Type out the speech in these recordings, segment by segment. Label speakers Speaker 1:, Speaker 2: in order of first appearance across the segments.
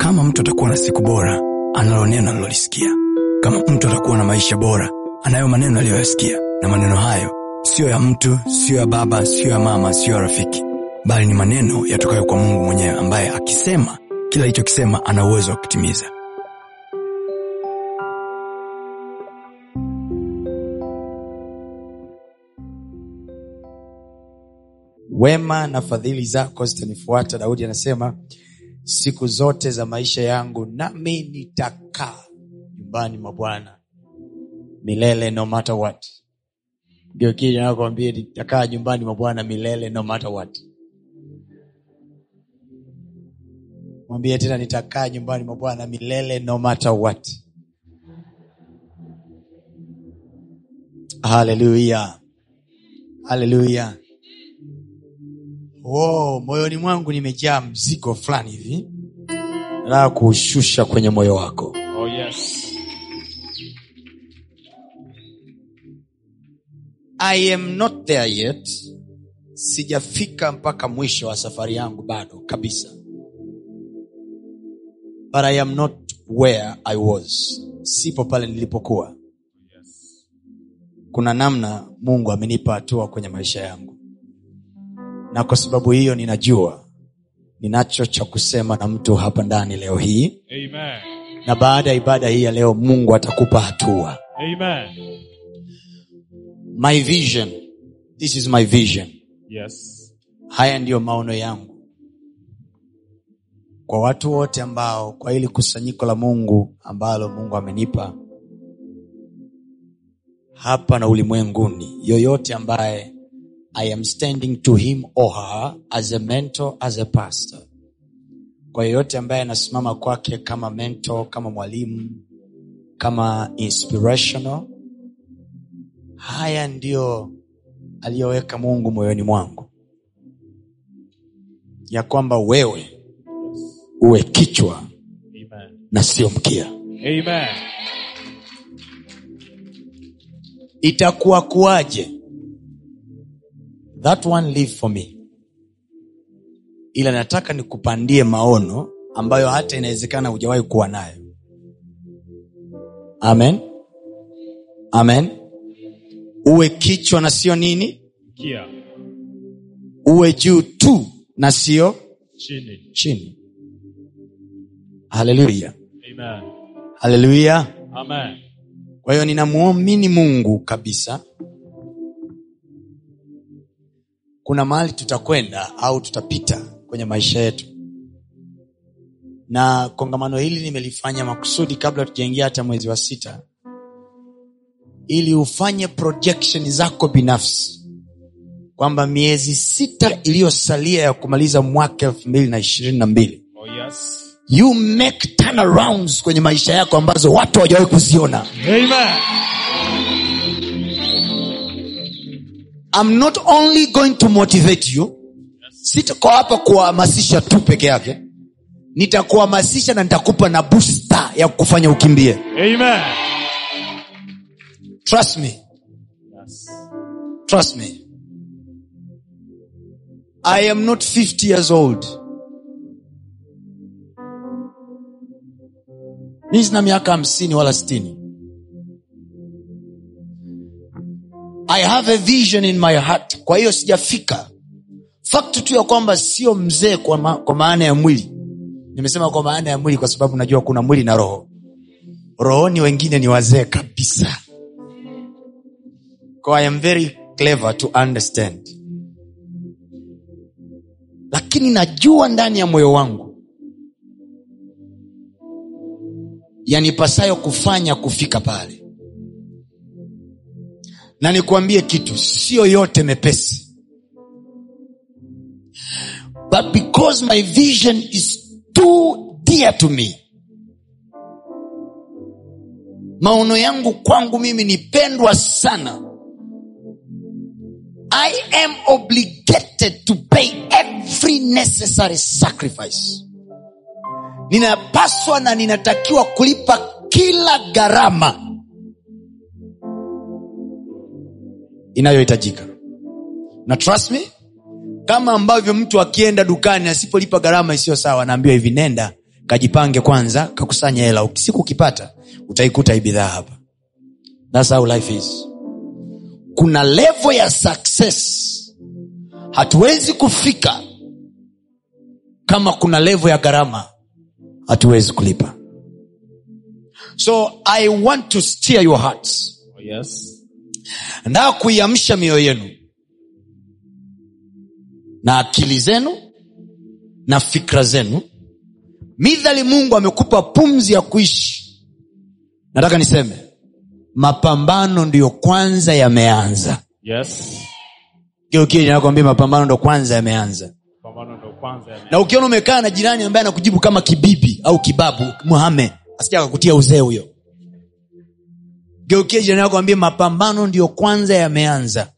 Speaker 1: Kama mtu atakuwa na siku bora, analo neno alilolisikia. Kama mtu atakuwa na maisha bora, anayo maneno aliyoyasikia, na maneno hayo siyo ya mtu, siyo ya baba, siyo ya mama, siyo ya rafiki, bali ni maneno yatokayo kwa Mungu mwenyewe, ambaye akisema kila alichokisema ana uwezo wa kutimiza.
Speaker 2: Wema na fadhili zako zitanifuata. Daudi anasema siku zote za maisha yangu, nami nitakaa nyumbani mwa Bwana milele, no matter what. Ndio kile nakwambia, nitakaa nyumbani mwa Bwana milele, no matter what. Mwambie tena, nitakaa nyumbani mwa Bwana milele, no matter what. Haleluya, haleluya. Oh, moyoni mwangu nimejaa mzigo fulani hivi, nataka kuushusha kwenye moyo wako.
Speaker 3: Oh, yes.
Speaker 2: I am not there yet, sijafika mpaka mwisho wa safari yangu bado kabisa, but I am not where I was, sipo pale nilipokuwa. Kuna namna Mungu amenipa hatua kwenye maisha yangu, na kwa sababu hiyo ninajua ninacho cha kusema na mtu hapa ndani leo hii,
Speaker 3: Amen.
Speaker 2: na baada ya ibada hii ya leo Mungu atakupa hatua.
Speaker 3: Amen.
Speaker 2: My vision, this is my vision.
Speaker 3: Yes.
Speaker 2: haya ndiyo maono yangu kwa watu wote ambao kwa hili kusanyiko la mungu ambalo mungu amenipa hapa na ulimwenguni yoyote ambaye i am standing to him or her as a mentor as a pastor kwa yoyote ambaye anasimama kwake kama mentor kama mwalimu kama inspirational haya ndiyo aliyoweka mungu moyoni mwangu ya kwamba wewe uwe kichwa
Speaker 3: Amen.
Speaker 2: na sio mkia.
Speaker 3: Amen.
Speaker 2: Itakuwa kuaje? That one leave for me, ila nataka nikupandie maono ambayo hata inawezekana hujawahi kuwa nayo. Amen, amen. Uwe kichwa na sio nini,
Speaker 3: Kia.
Speaker 2: uwe juu tu na sio
Speaker 3: Chini.
Speaker 2: chini. Haleluya,
Speaker 3: Amen.
Speaker 2: haleluya.
Speaker 3: Amen.
Speaker 2: Kwa hiyo ninamwamini Mungu kabisa. Kuna mahali tutakwenda au tutapita kwenye maisha yetu, na kongamano hili nimelifanya makusudi kabla tujaingia hata mwezi wa sita, ili ufanye projection zako binafsi kwamba miezi sita iliyosalia ya kumaliza mwaka elfu mbili na ishirini na mbili
Speaker 3: Oh, yes.
Speaker 2: you make turnarounds kwenye maisha yako ambazo watu hawajawahi kuziona.
Speaker 3: Amen.
Speaker 2: I'm not only going to motivate you, sitakuwa hapa kuwahamasisha tu peke yake, nitakuhamasisha na nitakupa na booster ya kufanya ukimbie.
Speaker 3: Amen.
Speaker 2: Trust me,
Speaker 3: Yes. Oh,
Speaker 2: trust me. I am not 50 years old. Mi sina miaka hamsini wala sitini. I have a vision in my heart. Kwa hiyo sijafika. Fact tu ya kwamba sio mzee kwa, ma kwa maana ya mwili. Nimesema kwa maana ya mwili kwa sababu najua kuna mwili na roho. Rohoni wengine ni wazee kabisa. Kwa I am very clever to understand. Lakini najua ndani ya moyo wangu yanipasayo kufanya kufika pale. na nikuambie kitu sio yote mepesi but because my vision is too dear to me maono yangu kwangu mimi ni pendwa sana i am obligated to pay every necessary sacrifice ninapaswa na ninatakiwa kulipa kila gharama inayohitajika na trust me kama ambavyo mtu akienda dukani asipolipa gharama isiyo sawa anaambiwa hivi nenda kajipange kwanza kakusanya hela siku ukipata utaikuta hii bidhaa hapa That's how life is kuna levo ya success hatuwezi kufika kama kuna levo ya gharama hatuwezi kulipa so i want to steer your hearts
Speaker 3: Oh, yes.
Speaker 2: na kuiamsha mioyo yenu na akili zenu na fikra zenu midhali mungu amekupa pumzi ya kuishi nataka niseme mapambano ndiyo kwanza yameanza
Speaker 3: Yes.
Speaker 2: kiokili nakwambia mapambano ndo kwanza yameanza
Speaker 3: Pambano ndo kwanza ya
Speaker 2: na ukiona umekaa na jirani ambaye anakujibu kama kibibi au kibabu muhame asija akakutia uzee huyo geukie jirani yako ambie mapambano ndiyo kwanza yameanza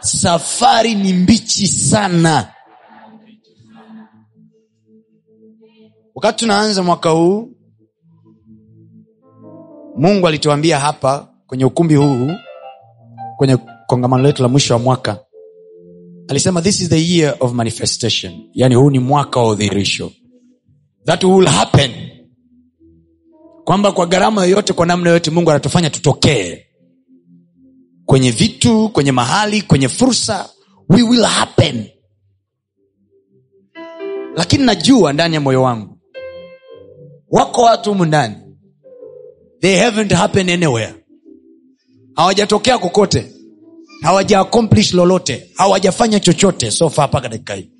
Speaker 2: safari ni mbichi sana wakati tunaanza mwaka huu mungu alituambia hapa kwenye ukumbi huu kwenye kongamano letu la mwisho wa mwaka alisema this is the year of manifestation yani huu ni mwaka wa udhihirisho that will happen kwamba kwa gharama yoyote kwa namna yoyote mungu anatufanya tutokee kwenye vitu kwenye mahali kwenye fursa we will happen lakini najua ndani ya moyo wangu wako watu humu ndani they haven't happened anywhere hawajatokea kokote hawaja accomplish lolote hawajafanya chochote sofa mpaka dakika hii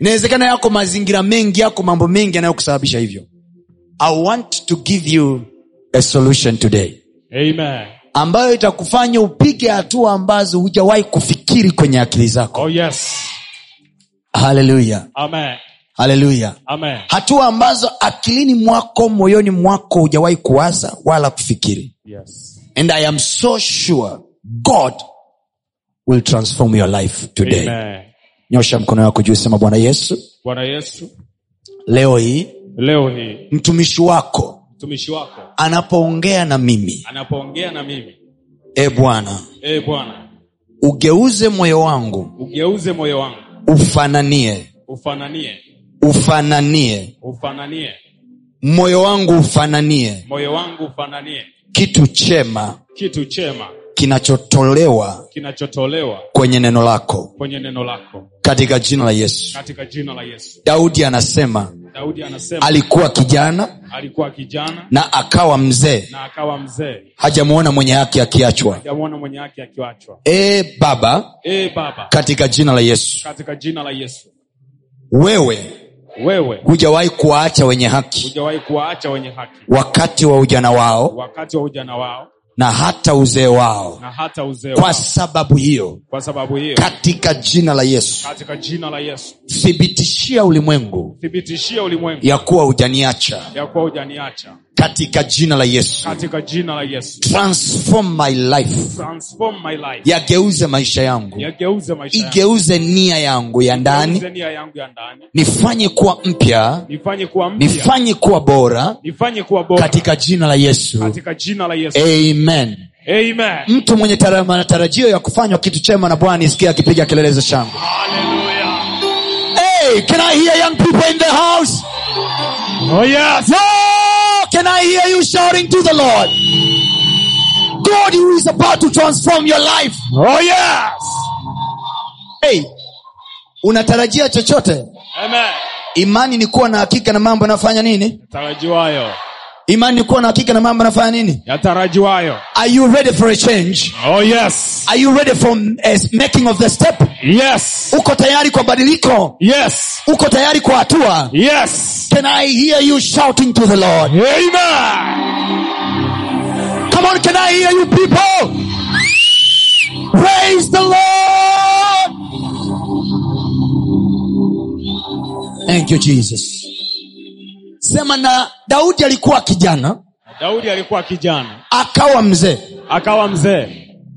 Speaker 2: inawezekana yako mazingira mengi yako mambo mengi yanayokusababisha hivyo i want to give you a solution today
Speaker 3: Amen.
Speaker 2: ambayo itakufanya upige hatua ambazo hujawahi kufikiri kwenye akili zako
Speaker 3: Oh, yes.
Speaker 2: haleluya
Speaker 3: Amen.
Speaker 2: haleluya
Speaker 3: Amen.
Speaker 2: hatua ambazo akilini mwako moyoni mwako hujawahi kuwaza wala kufikiri
Speaker 3: Yes.
Speaker 2: and i am so sure god will transform your life today
Speaker 3: Amen.
Speaker 2: nyosha mkono wako juu sema bwana yesu
Speaker 3: Bwana Yesu,
Speaker 2: leo hii
Speaker 3: leo hii
Speaker 2: mtumishi wako
Speaker 3: mtumishi wako
Speaker 2: anapoongea na mimi
Speaker 3: anapoongea na mimi,
Speaker 2: e bwana
Speaker 3: ee Bwana,
Speaker 2: ugeuze moyo wangu
Speaker 3: ugeuze moyo wangu,
Speaker 2: ufananie
Speaker 3: ufananie,
Speaker 2: ufananie
Speaker 3: ufananie,
Speaker 2: moyo wangu ufananie
Speaker 3: moyo wangu ufananie
Speaker 2: kitu chema
Speaker 3: kitu chema
Speaker 2: kinachotolewa
Speaker 3: kinachotolewa
Speaker 2: kwenye neno lako
Speaker 3: kwenye neno lako,
Speaker 2: katika jina la yesu
Speaker 3: katika jina la Yesu.
Speaker 2: daudi anasema
Speaker 3: Daudi anasema
Speaker 2: alikuwa kijana
Speaker 3: alikuwa kijana
Speaker 2: na akawa mzee
Speaker 3: na akawa mzee,
Speaker 2: hajamuona mwenye haki akiachwa
Speaker 3: jamwona mwenye yake akiwachwa.
Speaker 2: e baba
Speaker 3: Ee Baba,
Speaker 2: katika jina la yesu
Speaker 3: katika jina la Yesu,
Speaker 2: wewe
Speaker 3: wewe
Speaker 2: hujawahi kuwaacha wenye haki
Speaker 3: hujawahi kuwaacha wenye haki
Speaker 2: wakati wa ujana wao
Speaker 3: wakati wa ujana wao
Speaker 2: na hata uzee wao
Speaker 3: na hata uzee
Speaker 2: kwa
Speaker 3: wao.
Speaker 2: sababu hiyo
Speaker 3: Kwa sababu hiyo,
Speaker 2: katika jina la yesu
Speaker 3: katika jina la Yesu,
Speaker 2: thibitishia ulimwengu
Speaker 3: thibitishia ulimwengu
Speaker 2: ya kuwa hujaniacha
Speaker 3: ya kuwa hujaniacha
Speaker 2: katika jina la yesu
Speaker 3: katika jina la Yesu.
Speaker 2: transform my life
Speaker 3: Transform my life,
Speaker 2: yageuze maisha yangu
Speaker 3: yageuze maisha yangu,
Speaker 2: igeuze nia yangu ya ndani
Speaker 3: Igeuze nia yangu ya ndani,
Speaker 2: nifanye kuwa mpya
Speaker 3: nifanye kuwa mpya,
Speaker 2: nifanye kuwa bora
Speaker 3: nifanye kuwa bora
Speaker 2: katika jina la yesu
Speaker 3: katika jina la Yesu.
Speaker 2: amen
Speaker 3: Amen.
Speaker 2: mtu mwenye tara- matarajio ya kufanywa kitu chema na bwana isikia akipiga kelelezo shangwe
Speaker 3: Hallelujah.
Speaker 2: hey, can I hear young people in the house?
Speaker 3: Oh yes.
Speaker 2: Oh, can I hear you shouting to the Lord? God who is about to transform your life.
Speaker 3: Oh yes.
Speaker 2: Hey, unatarajia chochote
Speaker 3: Amen.
Speaker 2: imani ni kuwa na hakika na mambo yanayofanya nini
Speaker 3: Yatarajiwayo.
Speaker 2: imani ni kuwa na hakika na mambo yanayofanya nini
Speaker 3: Yatarajiwayo.
Speaker 2: are you ready for a change
Speaker 3: Oh yes.
Speaker 2: are you ready for a making of the step
Speaker 3: Yes.
Speaker 2: uko tayari kwa badiliko
Speaker 3: Yes.
Speaker 2: uko tayari kwa hatua
Speaker 3: Yes.
Speaker 2: can i hear you shouting to the lord
Speaker 3: Amen.
Speaker 2: Come on, can I hear you people? Praise the Lord. Thank you Jesus. Sema na Daudi alikuwa kijana,
Speaker 3: Daudi alikuwa kijana,
Speaker 2: akawa mzee.
Speaker 3: akawa mzee,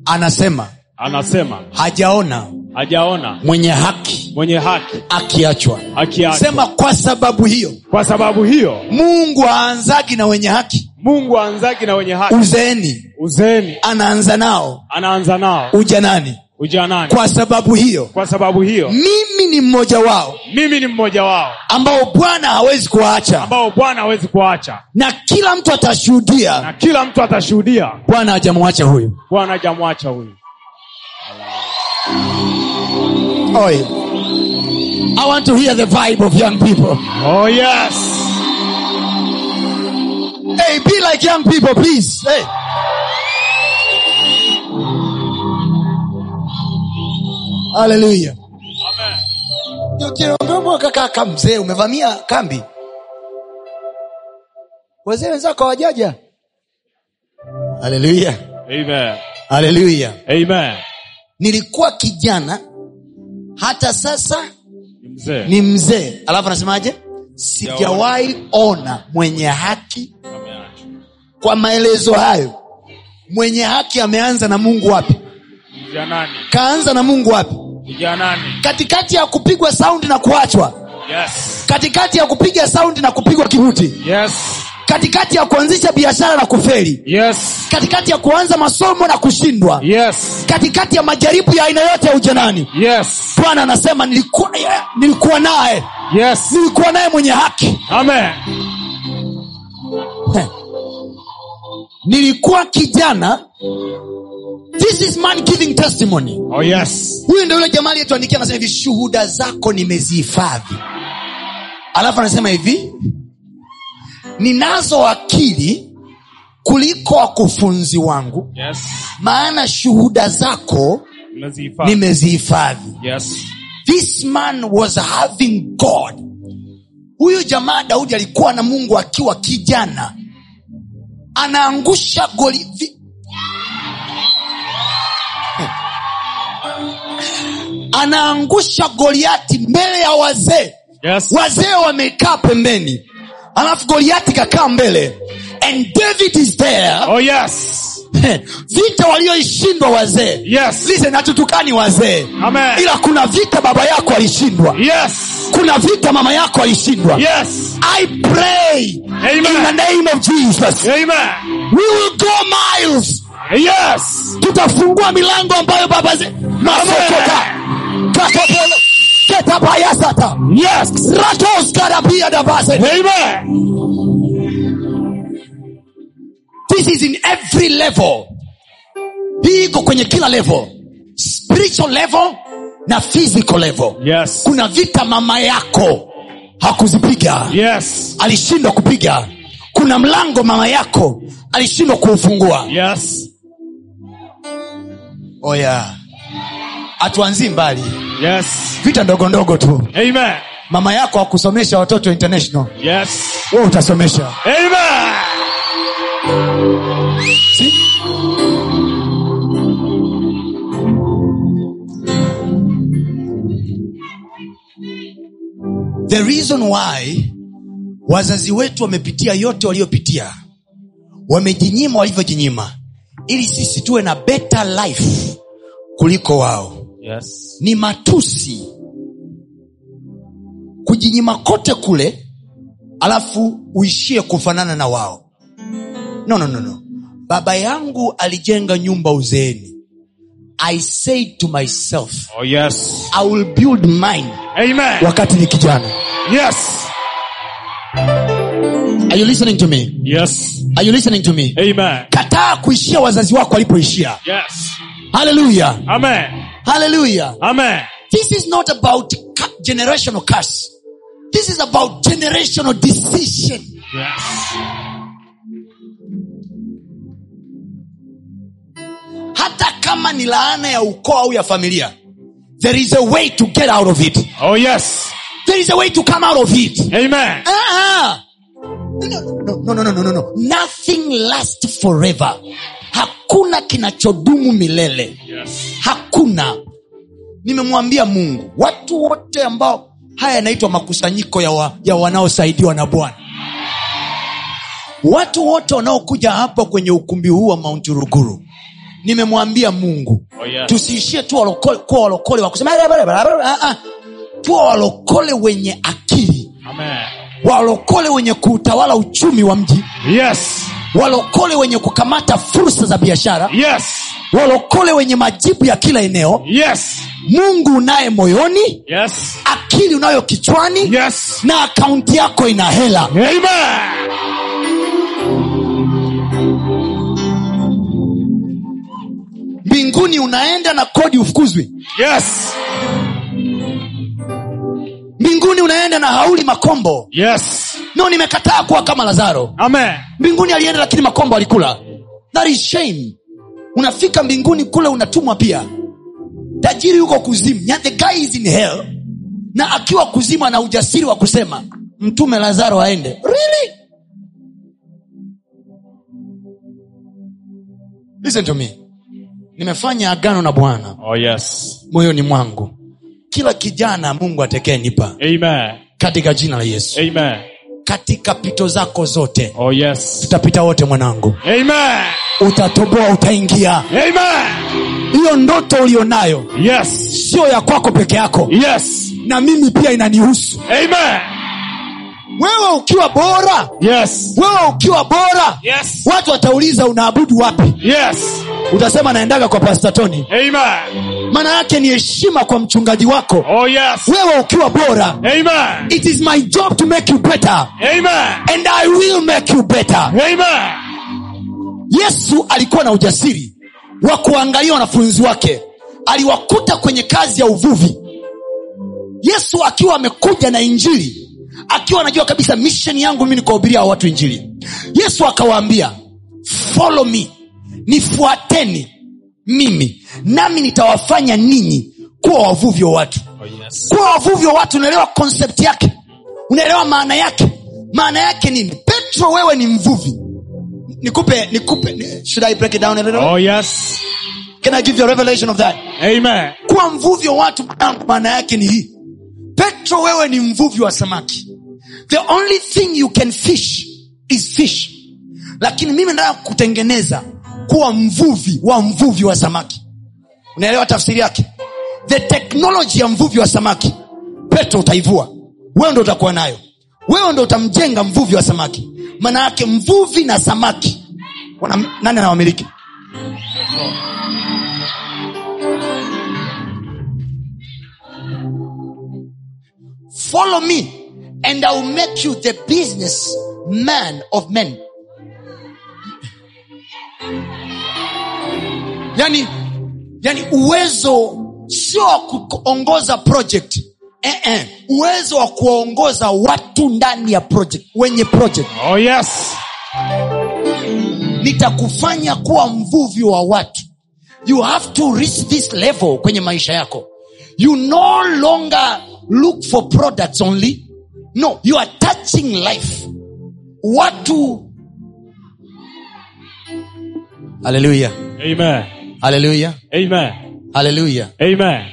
Speaker 2: Anasema
Speaker 3: anasema
Speaker 2: hajaona
Speaker 3: hajaona
Speaker 2: mwenye haki
Speaker 3: mwenye haki
Speaker 2: akiachwa.
Speaker 3: haki yake.
Speaker 2: Sema kwa sababu hiyo
Speaker 3: Kwa sababu hiyo
Speaker 2: Mungu haanzagi na wenye haki
Speaker 3: Mungu aanzaki na wenye haki
Speaker 2: uzeeni,
Speaker 3: uzeeni,
Speaker 2: anaanza nao
Speaker 3: anaanza nao
Speaker 2: ujanani.
Speaker 3: ujanani kwa,
Speaker 2: kwa sababu hiyo
Speaker 3: kwa sababu hiyo
Speaker 2: mimi ni mmoja wao
Speaker 3: mimi ni mmoja wao
Speaker 2: ambao bwana hawezi kuwaacha
Speaker 3: ambao bwana hawezi kuacha
Speaker 2: na kila mtu atashuhudia
Speaker 3: na kila mtu atashuhudia
Speaker 2: bwana hajamwacha huyu
Speaker 3: bwana hajamwacha huyu
Speaker 2: Oi. i want to hear the vibe of young people
Speaker 3: oh yes
Speaker 2: hey be like young people please hey. haleluya
Speaker 3: Amen.
Speaker 2: ukiombeomwakakaa ka mzee umevamia kambi wazee wenzako hawajaja haleluya
Speaker 3: Amen.
Speaker 2: haleluya
Speaker 3: Amen.
Speaker 2: nilikuwa kijana hata sasa
Speaker 3: Ni mzee
Speaker 2: ni mzee alafu anasemaje sijawahi ona mwenye haki
Speaker 3: Ameacha.
Speaker 2: kwa maelezo hayo mwenye haki ameanza na mungu wapi
Speaker 3: Ujanani.
Speaker 2: kaanza na mungu wapi
Speaker 3: Ujanani.
Speaker 2: katikati ya kupigwa saundi na kuachwa
Speaker 3: Yes.
Speaker 2: katikati ya kupiga saundi na kupigwa kibuti
Speaker 3: Yes.
Speaker 2: katikati ya kuanzisha biashara na kufeli
Speaker 3: Yes.
Speaker 2: katikati ya kuanza masomo na kushindwa
Speaker 3: Yes.
Speaker 2: katikati ya majaribu ya aina yote ya ujanani
Speaker 3: Yes.
Speaker 2: bwana anasema nilikuwa, nilikuwa naye
Speaker 3: Yes.
Speaker 2: nilikuwa naye mwenye haki
Speaker 3: Amen.
Speaker 2: Heh. nilikuwa kijana this is man giving testimony
Speaker 3: Oh yes.
Speaker 2: huyu ndo yule jamaa aliyetuandikia anasema hivi shuhuda zako nimezihifadhi alafu anasema hivi ninazo akili kuliko wakufunzi wangu
Speaker 3: Yes.
Speaker 2: maana shuhuda zako
Speaker 3: Nazifanya.
Speaker 2: nimezihifadhi
Speaker 3: Yes.
Speaker 2: this man was having god huyu jamaa daudi alikuwa na mungu akiwa kijana anaangusha goli vi... Hmm. anaangusha goliati mbele ya wazee
Speaker 3: Yes.
Speaker 2: wazee wamekaa pembeni alafu goliati kakaa mbele and david is there Hmm.
Speaker 3: Oh yes.
Speaker 2: vita walioishindwa wazee
Speaker 3: Yes.
Speaker 2: listen hatutukani wazee
Speaker 3: Amen.
Speaker 2: ila kuna vita baba yako alishindwa
Speaker 3: Yes.
Speaker 2: kuna vita mama yako alishindwa
Speaker 3: Yes.
Speaker 2: i pray
Speaker 3: Amen.
Speaker 2: in the name of jesus
Speaker 3: Amen.
Speaker 2: we will go miles
Speaker 3: Yes.
Speaker 2: tutafungua milango ambayo baba ze- masokota kakotelo ketabayasata
Speaker 3: Yes.
Speaker 2: ratoskarabia dabase
Speaker 3: Amen.
Speaker 2: this is in every level hii iko kwenye kila level spiritual level na physical level
Speaker 3: Yes.
Speaker 2: kuna vita mama yako hakuzipiga
Speaker 3: Yes.
Speaker 2: alishindwa kupiga kuna mlango mama yako alishindwa kuufungua
Speaker 3: Yes.
Speaker 2: oya hatuanzii mbali
Speaker 3: Yes.
Speaker 2: vita ndogondogo tu
Speaker 3: Amen.
Speaker 2: mama yako hakusomesha watoto international
Speaker 3: Yes.
Speaker 2: we utasomesha
Speaker 3: Amen.
Speaker 2: See? the reason why wazazi wetu wamepitia yote waliopitia wamejinyima walivyojinyima ili sisi tuwe na better life kuliko wao
Speaker 3: Yes.
Speaker 2: ni matusi kujinyima kote kule alafu uishie kufanana na wao no, no, no, no. baba yangu alijenga nyumba uzeeni i said to myself
Speaker 3: Oh yes.
Speaker 2: i will build mine
Speaker 3: Amen.
Speaker 2: wakati ni kijana
Speaker 3: Yes.
Speaker 2: are you listening to me
Speaker 3: Yes.
Speaker 2: are you listening to me
Speaker 3: Amen.
Speaker 2: kataa kuishia wazazi wako walipoishia
Speaker 3: Yes.
Speaker 2: haleluya
Speaker 3: Amen.
Speaker 2: haleluya
Speaker 3: Amen.
Speaker 2: this is not about cu- generational curse this is about generational decision
Speaker 3: Yes.
Speaker 2: hata kama ni laana ya ukoo au ya familia there is a way to get out of it
Speaker 3: Oh yes.
Speaker 2: there is a way to come out of it
Speaker 3: Amen.
Speaker 2: Ah, ah. No, no, no, no, no, no. nothing lasts forever hakuna kinachodumu milele
Speaker 3: Yes.
Speaker 2: hakuna nimemwambia mungu watu wote ambao haya yanaitwa makusanyiko ya, wa, ya wanaosaidiwa na bwana watu wote wanaokuja hapa kwenye ukumbi huu wa mount ruguru nimemwambia mungu
Speaker 3: Oh, yeah.
Speaker 2: tusiishie tu walokole- kuwa walokole wa kusema "Ah, ah, ah, ah." tuwa walokole wenye akili
Speaker 3: Amen.
Speaker 2: walokole wenye kuutawala uchumi wa mji
Speaker 3: Yes.
Speaker 2: walokole wenye kukamata fursa za biashara
Speaker 3: Yes.
Speaker 2: walokole wenye majibu ya kila eneo
Speaker 3: Yes.
Speaker 2: mungu unaye moyoni
Speaker 3: Yes.
Speaker 2: akili unayo kichwani
Speaker 3: Yes.
Speaker 2: na akaunti yako ina hela
Speaker 3: Amen.
Speaker 2: mbinguni unaenda na kodi ufukuzwi
Speaker 3: Yes.
Speaker 2: mbinguni unaenda na hauli makombo
Speaker 3: Yes.
Speaker 2: no nimekataa kuwa kama lazaro
Speaker 3: Amen.
Speaker 2: mbinguni alienda lakini makombo alikula that is shame unafika mbinguni kule unatumwa pia tajiri yuko kuzimu Yeah, the guy is in hell na akiwa kuzimu ana ujasiri wa kusema mtume lazaro aende really? Listen to me nimefanya agano na bwana
Speaker 3: Oh yes.
Speaker 2: moyoni mwangu kila kijana mungu atekenipa
Speaker 3: Amen.
Speaker 2: katika jina la yesu
Speaker 3: Amen.
Speaker 2: katika pito zako zote
Speaker 3: Oh yes.
Speaker 2: tutapita wote mwanangu
Speaker 3: Amen.
Speaker 2: utatoboa utaingia
Speaker 3: Amen.
Speaker 2: hiyo ndoto ulionayo
Speaker 3: Yes.
Speaker 2: siyo ya kwako peke yako
Speaker 3: Yes.
Speaker 2: na mimi pia inanihusu
Speaker 3: Amen.
Speaker 2: wewe ukiwa bora
Speaker 3: Yes.
Speaker 2: wewe ukiwa bora
Speaker 3: Yes.
Speaker 2: watu watauliza unaabudu wapi
Speaker 3: Yes.
Speaker 2: utasema naendaga kwa pastatoni
Speaker 3: Amen.
Speaker 2: maana yake ni heshima kwa mchungaji wako
Speaker 3: Oh yes.
Speaker 2: wewe ukiwa bora
Speaker 3: Amen.
Speaker 2: it is my job to make you better
Speaker 3: Amen.
Speaker 2: and i will make you better
Speaker 3: Amen.
Speaker 2: yesu alikuwa na ujasiri wa kuangalia wanafunzi wake aliwakuta kwenye kazi ya uvuvi yesu akiwa amekuja na injili akiwa anajua kabisa misheni yangu mimi ni kuwahubiria hawa watu injili yesu akawaambia follow me nifuateni mimi nami nitawafanya ninyi kuwa wavuvi wa watu
Speaker 3: Oh yes.
Speaker 2: kuwa wavuvi wa watu unaelewa konsept yake unaelewa maana yake maana yake nini petro wewe ni mvuvi nikupe nikupe ni- should i break it down a little
Speaker 3: Oh yes.
Speaker 2: can i give you a revelation of that
Speaker 3: Amen.
Speaker 2: kuwa mvuvi wa watu mwanangu, maana yake ni hii petro wewe ni mvuvi wa samaki the only thing you can fish is fish lakini mimi nataka kutengeneza kuwa mvuvi wa mvuvi wa samaki unaelewa tafsiri yake the technology ya mvuvi wa samaki petro utaivua wewe ndo utakuwa nayo wewe ndo utamjenga mvuvi wa samaki maana yake mvuvi na samaki wana, nani anawamiliki follow me and i will make you the business man of men yani yani uwezo sio wa kuongoza project eh -eh. uwezo wa kuwaongoza watu ndani ya project wenye project
Speaker 3: Oh yes.
Speaker 2: nitakufanya kuwa mvuvi wa watu you have to reach this level kwenye maisha yako you no longer look for products only no you are touching life watu haleluya
Speaker 3: Amen.
Speaker 2: haleluya
Speaker 3: Amen.
Speaker 2: haleluya
Speaker 3: Amen.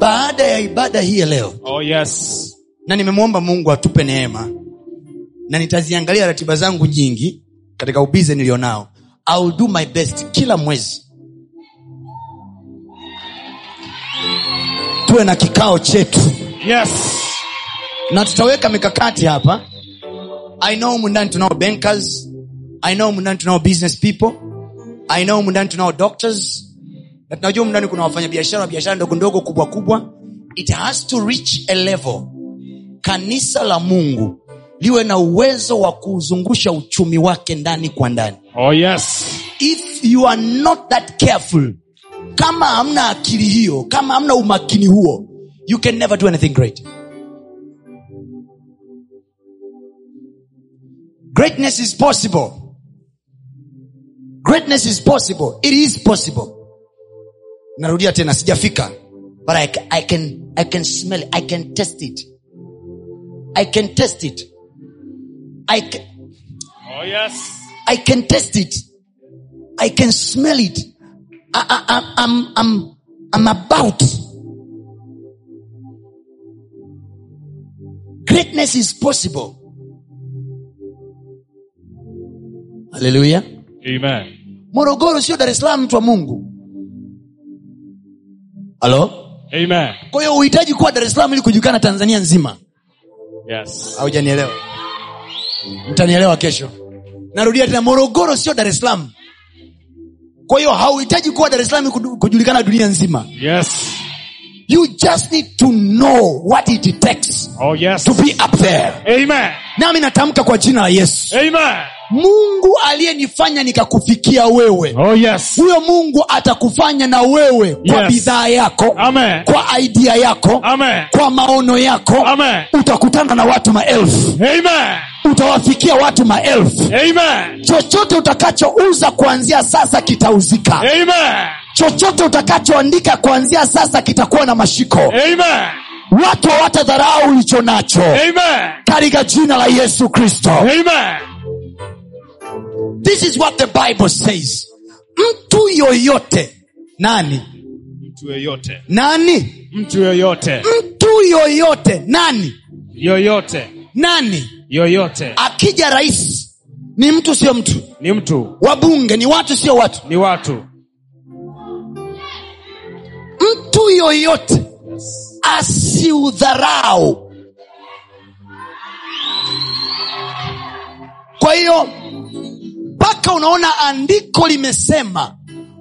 Speaker 2: baada ya ibada hii ya leo
Speaker 3: Oh yes.
Speaker 2: na nimemwomba mungu atupe neema na nitaziangalia ratiba zangu nyingi katika ubize nilionao I will do my best kila mwezi tuwe na kikao chetu
Speaker 3: Yes.
Speaker 2: na tutaweka mikakati hapa i know humu ndani tunao bankers i know humu ndani tunao business people i know humu ndani tunao doctors na tunajua humu ndani kuna wafanyabiashara wa biashara ndogo ndogo kubwa kubwa it has to reach a level kanisa la mungu liwe na uwezo wa kuuzungusha uchumi wake ndani kwa ndani
Speaker 3: Oh yes.
Speaker 2: if you are not that careful kama hamna akili hiyo kama hamna umakini huo you can never do anything great greatness is possible greatness is possible it is possible narudia tena sijafika but I, ca- I, can, i can smell it. i can test it i can test it I can,
Speaker 3: Oh yes.
Speaker 2: I can taste it. I can smell it. I, I, I, I'm, I'm, I'm about. Greatness is possible. Hallelujah.
Speaker 3: Amen.
Speaker 2: Morogoro sio Dar es Salaam, mtu wa Mungu. Halo?
Speaker 3: Amen.
Speaker 2: Kwa hiyo uhitaji kuwa Dar es Salaam ili kujulikana Tanzania nzima.
Speaker 3: Yes.
Speaker 2: Haujanielewa? mtanielewa kesho narudia tena morogoro sio dar es salaam kwa hiyo hauhitaji kuwa dar es salaam kudu- kujulikana dunia nzima
Speaker 3: Yes.
Speaker 2: you just need to know what it takes
Speaker 3: Oh, yes.
Speaker 2: to be up there
Speaker 3: Amen.
Speaker 2: nami natamka kwa jina la yesu
Speaker 3: Amen.
Speaker 2: mungu aliyenifanya nikakufikia wewe
Speaker 3: Oh, yes.
Speaker 2: huyo mungu atakufanya na wewe kwa
Speaker 3: Yes.
Speaker 2: bidhaa yako
Speaker 3: Amen.
Speaker 2: kwa idea yako
Speaker 3: Amen.
Speaker 2: kwa maono yako
Speaker 3: Amen.
Speaker 2: utakutana na watu maelfu
Speaker 3: Amen.
Speaker 2: utawafikia watu maelfu
Speaker 3: Amen.
Speaker 2: chochote utakachouza kuanzia sasa kitauzika
Speaker 3: Eh. Amen.
Speaker 2: chochote utakachoandika kuanzia sasa kitakuwa na mashiko
Speaker 3: Eh. Amen.
Speaker 2: watu hawatadharau ulicho nacho
Speaker 3: Eh. Amen.
Speaker 2: katika jina la yesu
Speaker 3: Eh.
Speaker 2: kristo
Speaker 3: Amen.
Speaker 2: this is what the bible says mtu yoyote nani
Speaker 3: Mtu yeyote.
Speaker 2: nani
Speaker 3: Mtu yoyote.
Speaker 2: mtu yoyote nani
Speaker 3: Yoyote.
Speaker 2: nani
Speaker 3: Yoyote.
Speaker 2: akija rais ni mtu sio mtu
Speaker 3: Ni mtu.
Speaker 2: wabunge ni watu sio watu
Speaker 3: Ni watu.
Speaker 2: mtu yoyote asiudharau kwa hiyo mpaka unaona andiko limesema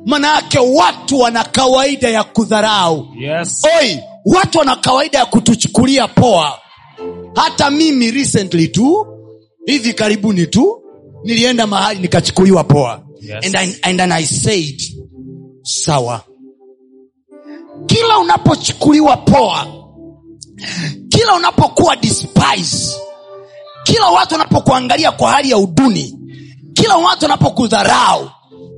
Speaker 2: manaake watu wana kawaida ya kudharau
Speaker 3: Yes.
Speaker 2: oi watu wana kawaida ya kutuchukulia poa hata mimi recently tu hivi karibuni tu nilienda mahali nikachukuliwa poa
Speaker 3: Yes.
Speaker 2: and, I, and then I said sawa kila unapochukuliwa poa kila unapokuwa despise kila watu wanapokuangalia kwa hali ya uduni kila watu wanapokudharau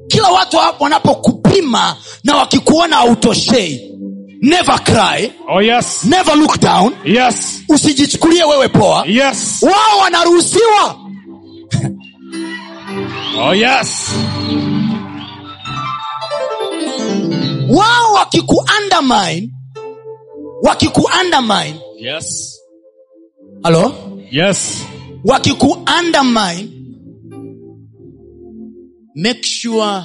Speaker 2: kila watu wanapokupima na wakikuona hautoshei never cry
Speaker 3: Oh, yes.
Speaker 2: never look down
Speaker 3: Yes.
Speaker 2: usijichukulie wewe poa
Speaker 3: Yes.
Speaker 2: wao wanaruhusiwa
Speaker 3: Oh, yes.
Speaker 2: wao wakikuandamine wakikuandamine
Speaker 3: Yes.
Speaker 2: halo
Speaker 3: Yes.
Speaker 2: wakikuandamine make sure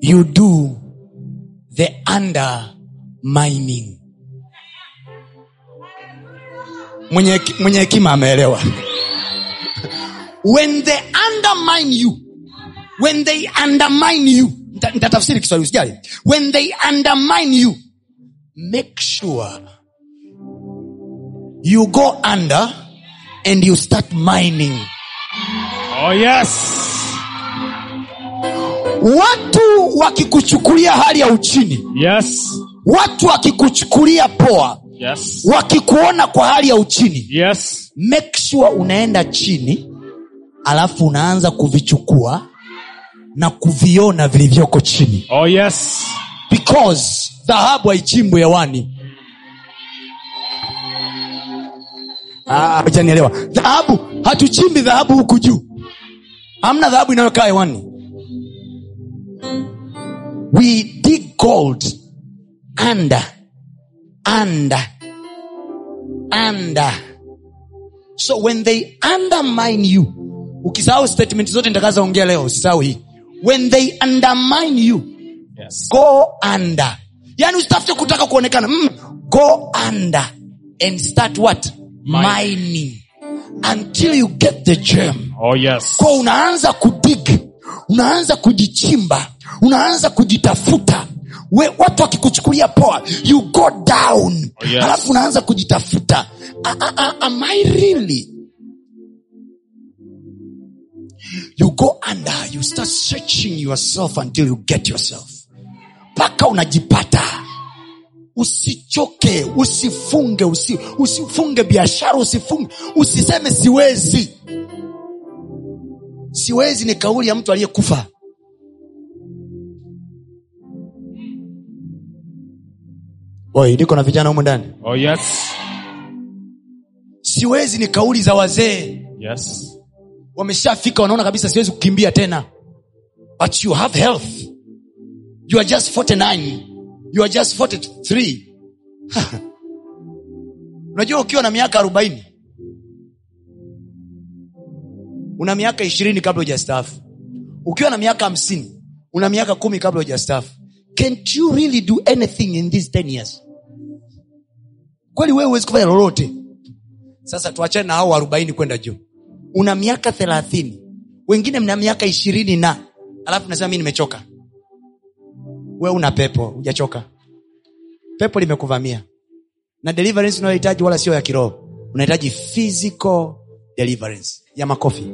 Speaker 2: you do the undermining mwenye mwenye hekima ameelewa when they undermine you when they undermine you nita- nitatafsiri kiswahili usijali when they undermine you make sure you go under and you start mining
Speaker 3: Oh, yes.
Speaker 2: watu wakikuchukulia hali ya uchini
Speaker 3: Yes.
Speaker 2: watu wakikuchukulia poa
Speaker 3: Yes.
Speaker 2: wakikuona kwa hali ya uchini
Speaker 3: Yes.
Speaker 2: make sure unaenda chini alafu unaanza kuvichukua na kuviona vilivyoko chini
Speaker 3: Oh, yes.
Speaker 2: because dhahabu haichimbwi hewani Ah, hujanielewa dhahabu hatuchimbi dhahabu huku juu hamna dhahabu inayokaa hewani we dig gold under under under so when they undermine you ukisahau statement zote nitakazoongea leo usisahau hii when they undermine you
Speaker 3: Yes.
Speaker 2: go under yani usitafute kutaka kuonekana mm, go under and start what mining until you get the gem
Speaker 3: Oh, yes.
Speaker 2: kwa unaanza kudig unaanza kujichimba unaanza kujitafuta We, watu wakikuchukulia poa you go down
Speaker 3: Oh, yes.
Speaker 2: halafu unaanza kujitafuta A- a- a- am i really you go under you start searching yourself until you get yourself mpaka unajipata usichoke usifunge usi, usifunge biashara usifunge usiseme siwezi siwezi ni kauli ya mtu aliyekufa Oi, niko na vijana humu ndani
Speaker 3: Oh, yes.
Speaker 2: siwezi ni kauli za wazee
Speaker 3: Yes.
Speaker 2: wameshafika wanaona kabisa siwezi kukimbia tena but you have health you are just 49 you are just 43 unajua ukiwa na miaka 40 una miaka 20 kabla hujastaafu ukiwa na miaka 50 una miaka 10 kabla hujastaafu can't you really do anything in these 10 years kweli wewe huwezi kufanya lolote sasa tuachane na hao arobaini kwenda juu una miaka thelathini wengine mna miaka ishirini na alafu nasema mi nimechoka we una pepo hujachoka pepo limekuvamia na deliverance unayohitaji wala sio ya kiroho unahitaji physical deliverance ya makofi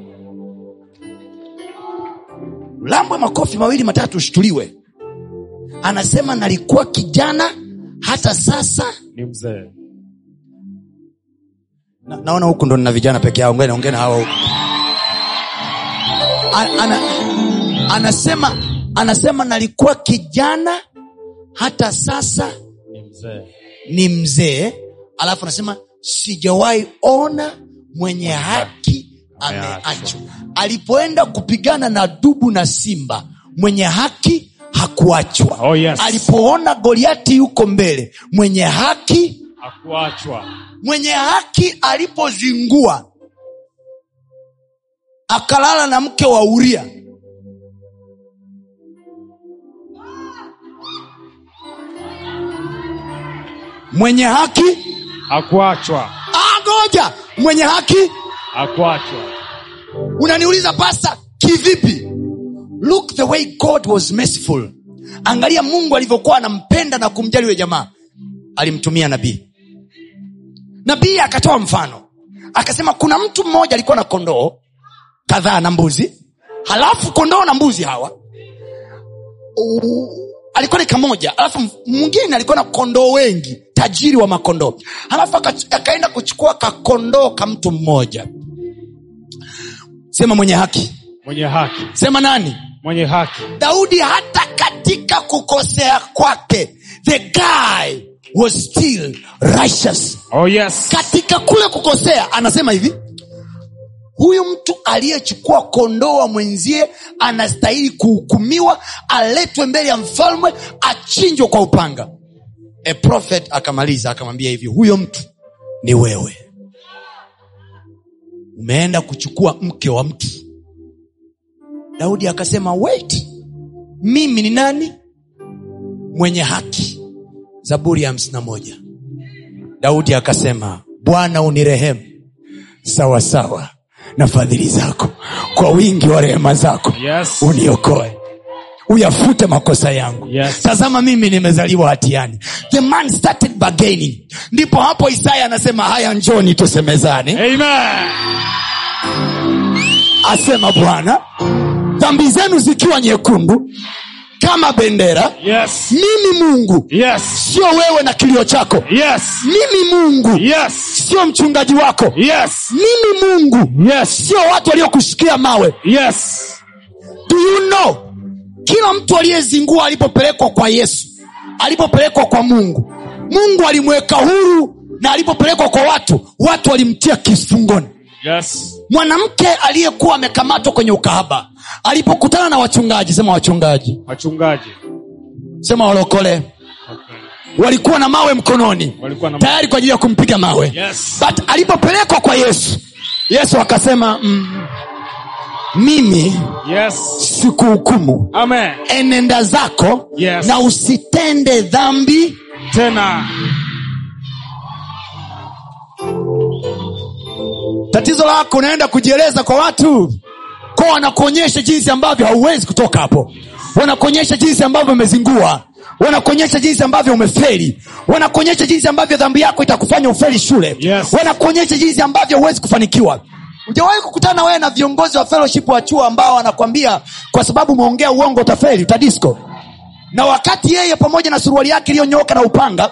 Speaker 2: lambwe makofi mawili matatu ushtuliwe anasema nalikuwa kijana hata sasa
Speaker 3: ni mzee
Speaker 2: na, naona huku ndo nina vijana peke yao ngoja niongee na hawa huku A- ana, anasema anasema nalikuwa kijana hata sasa
Speaker 3: ni mzee
Speaker 2: ni mzee alafu anasema sijawahi ona mwenye haki ameachwa alipoenda kupigana na dubu na simba mwenye haki hakuachwa
Speaker 3: Oh, yes.
Speaker 2: alipoona goliati yuko mbele mwenye haki
Speaker 3: hakuachwa
Speaker 2: mwenye haki alipozingua akalala na mke wa uria mwenye haki
Speaker 3: hakuachwa
Speaker 2: Ah, ngoja mwenye haki
Speaker 3: hakuachwa
Speaker 2: unaniuliza pasta kivipi look the way god was merciful angalia mungu alivyokuwa anampenda na kumjali we jamaa alimtumia nabii nabii akatoa mfano akasema kuna mtu mmoja alikuwa na kondoo kadhaa na mbuzi halafu kondoo na mbuzi hawa u- alikuwa ni kamoja alafu mwingine alikuwa na kondoo wengi tajiri wa makondoo halafu aka- akaenda kuchukua kakondoo ka mtu mmoja sema mwenye haki
Speaker 3: mwenye haki
Speaker 2: sema nani
Speaker 3: mwenye haki
Speaker 2: daudi hata katika kukosea kwake the guy was still righteous
Speaker 3: oh yes
Speaker 2: katika kule kukosea anasema hivi huyu mtu aliyechukua kondoo wa mwenzie anastahili kuhukumiwa aletwe mbele ya mfalme achinjwe kwa upanga a prophet akamaliza akamwambia hivi huyo mtu ni wewe umeenda kuchukua mke wa mtu daudi akasema wait mimi ni nani mwenye haki zaburi ya 51 daudi akasema bwana unirehemu sawa sawa na fadhili zako kwa wingi wa rehema zako
Speaker 3: Yes.
Speaker 2: uniokoe uyafute makosa yangu
Speaker 3: Yes.
Speaker 2: tazama mimi nimezaliwa hatiani the man started bargaining ndipo hapo isaya anasema haya njoni tusemezane
Speaker 3: amen
Speaker 2: asema bwana dhambi zenu zikiwa nyekundu kama bendera
Speaker 3: yes
Speaker 2: mimi mungu
Speaker 3: yes
Speaker 2: sio wewe na kilio chako
Speaker 3: yes
Speaker 2: mimi mungu
Speaker 3: yes
Speaker 2: sio mchungaji wako
Speaker 3: yes
Speaker 2: mimi mungu
Speaker 3: yes
Speaker 2: sio watu waliokushikia mawe
Speaker 3: yes
Speaker 2: do you know kila mtu aliyezingua alipopelekwa kwa yesu alipopelekwa kwa mungu mungu alimweka huru na alipopelekwa kwa watu watu walimtia kifungoni
Speaker 3: yes
Speaker 2: mwanamke aliyekuwa amekamatwa kwenye ukahaba alipokutana na wachungaji sema wachungaji
Speaker 3: wachungaji
Speaker 2: sema walokole
Speaker 3: okay.
Speaker 2: walikuwa na mawe mkononi
Speaker 3: Walikuwa na-
Speaker 2: tayari kwa ajili ya kumpiga mawe
Speaker 3: Yes.
Speaker 2: but alipopelekwa kwa yesu yesu akasema mm, mimi
Speaker 3: yes
Speaker 2: sikuhukumu
Speaker 3: amen
Speaker 2: enenda zako
Speaker 3: Yes.
Speaker 2: na usitende dhambi
Speaker 3: tena
Speaker 2: tatizo lako unaenda kujieleza kwa watu ko wanakuonyesha jinsi ambavyo hauwezi kutoka hapo wanakuonyesha jinsi ambavyo umezingua wanakuonyesha jinsi ambavyo umefeli wanakuonyesha jinsi ambavyo dhambi yako itakufanya ufeli shule
Speaker 3: Yes.
Speaker 2: wanakuonyesha jinsi ambavyo huwezi kufanikiwa ujawahi kukutana wewe na viongozi wa fellowship wa chuo ambao wanakwambia kwa sababu umeongea uongo utafeli utadisko na wakati yeye pamoja na suruali yake iliyonyooka na upanga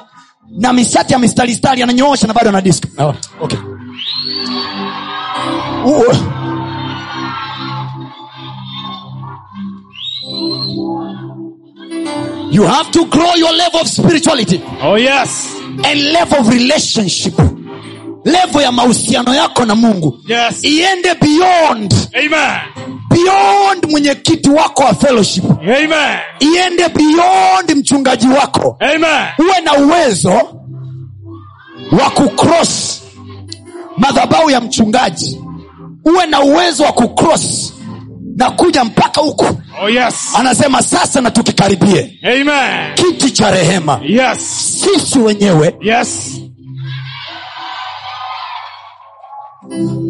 Speaker 2: na mishati ya mistaristari ananyoosha na bado ana disko oh, okay. U- you have to grow your level of spirituality
Speaker 3: oh yes
Speaker 2: and level of relationship level ya mahusiano yako na mungu
Speaker 3: yes
Speaker 2: iende beyond
Speaker 3: amen
Speaker 2: beyond mwenyekiti wako wa fellowship
Speaker 3: amen
Speaker 2: iende beyond mchungaji wako
Speaker 3: amen
Speaker 2: uwe na uwezo wa kucross madhabahu ya mchungaji uwe na uwezo wa kucross na kuja mpaka huku
Speaker 3: oh yes
Speaker 2: anasema sasa na tukikaribie
Speaker 3: amen
Speaker 2: kiti cha rehema
Speaker 3: yes
Speaker 2: sisi wenyewe
Speaker 3: yes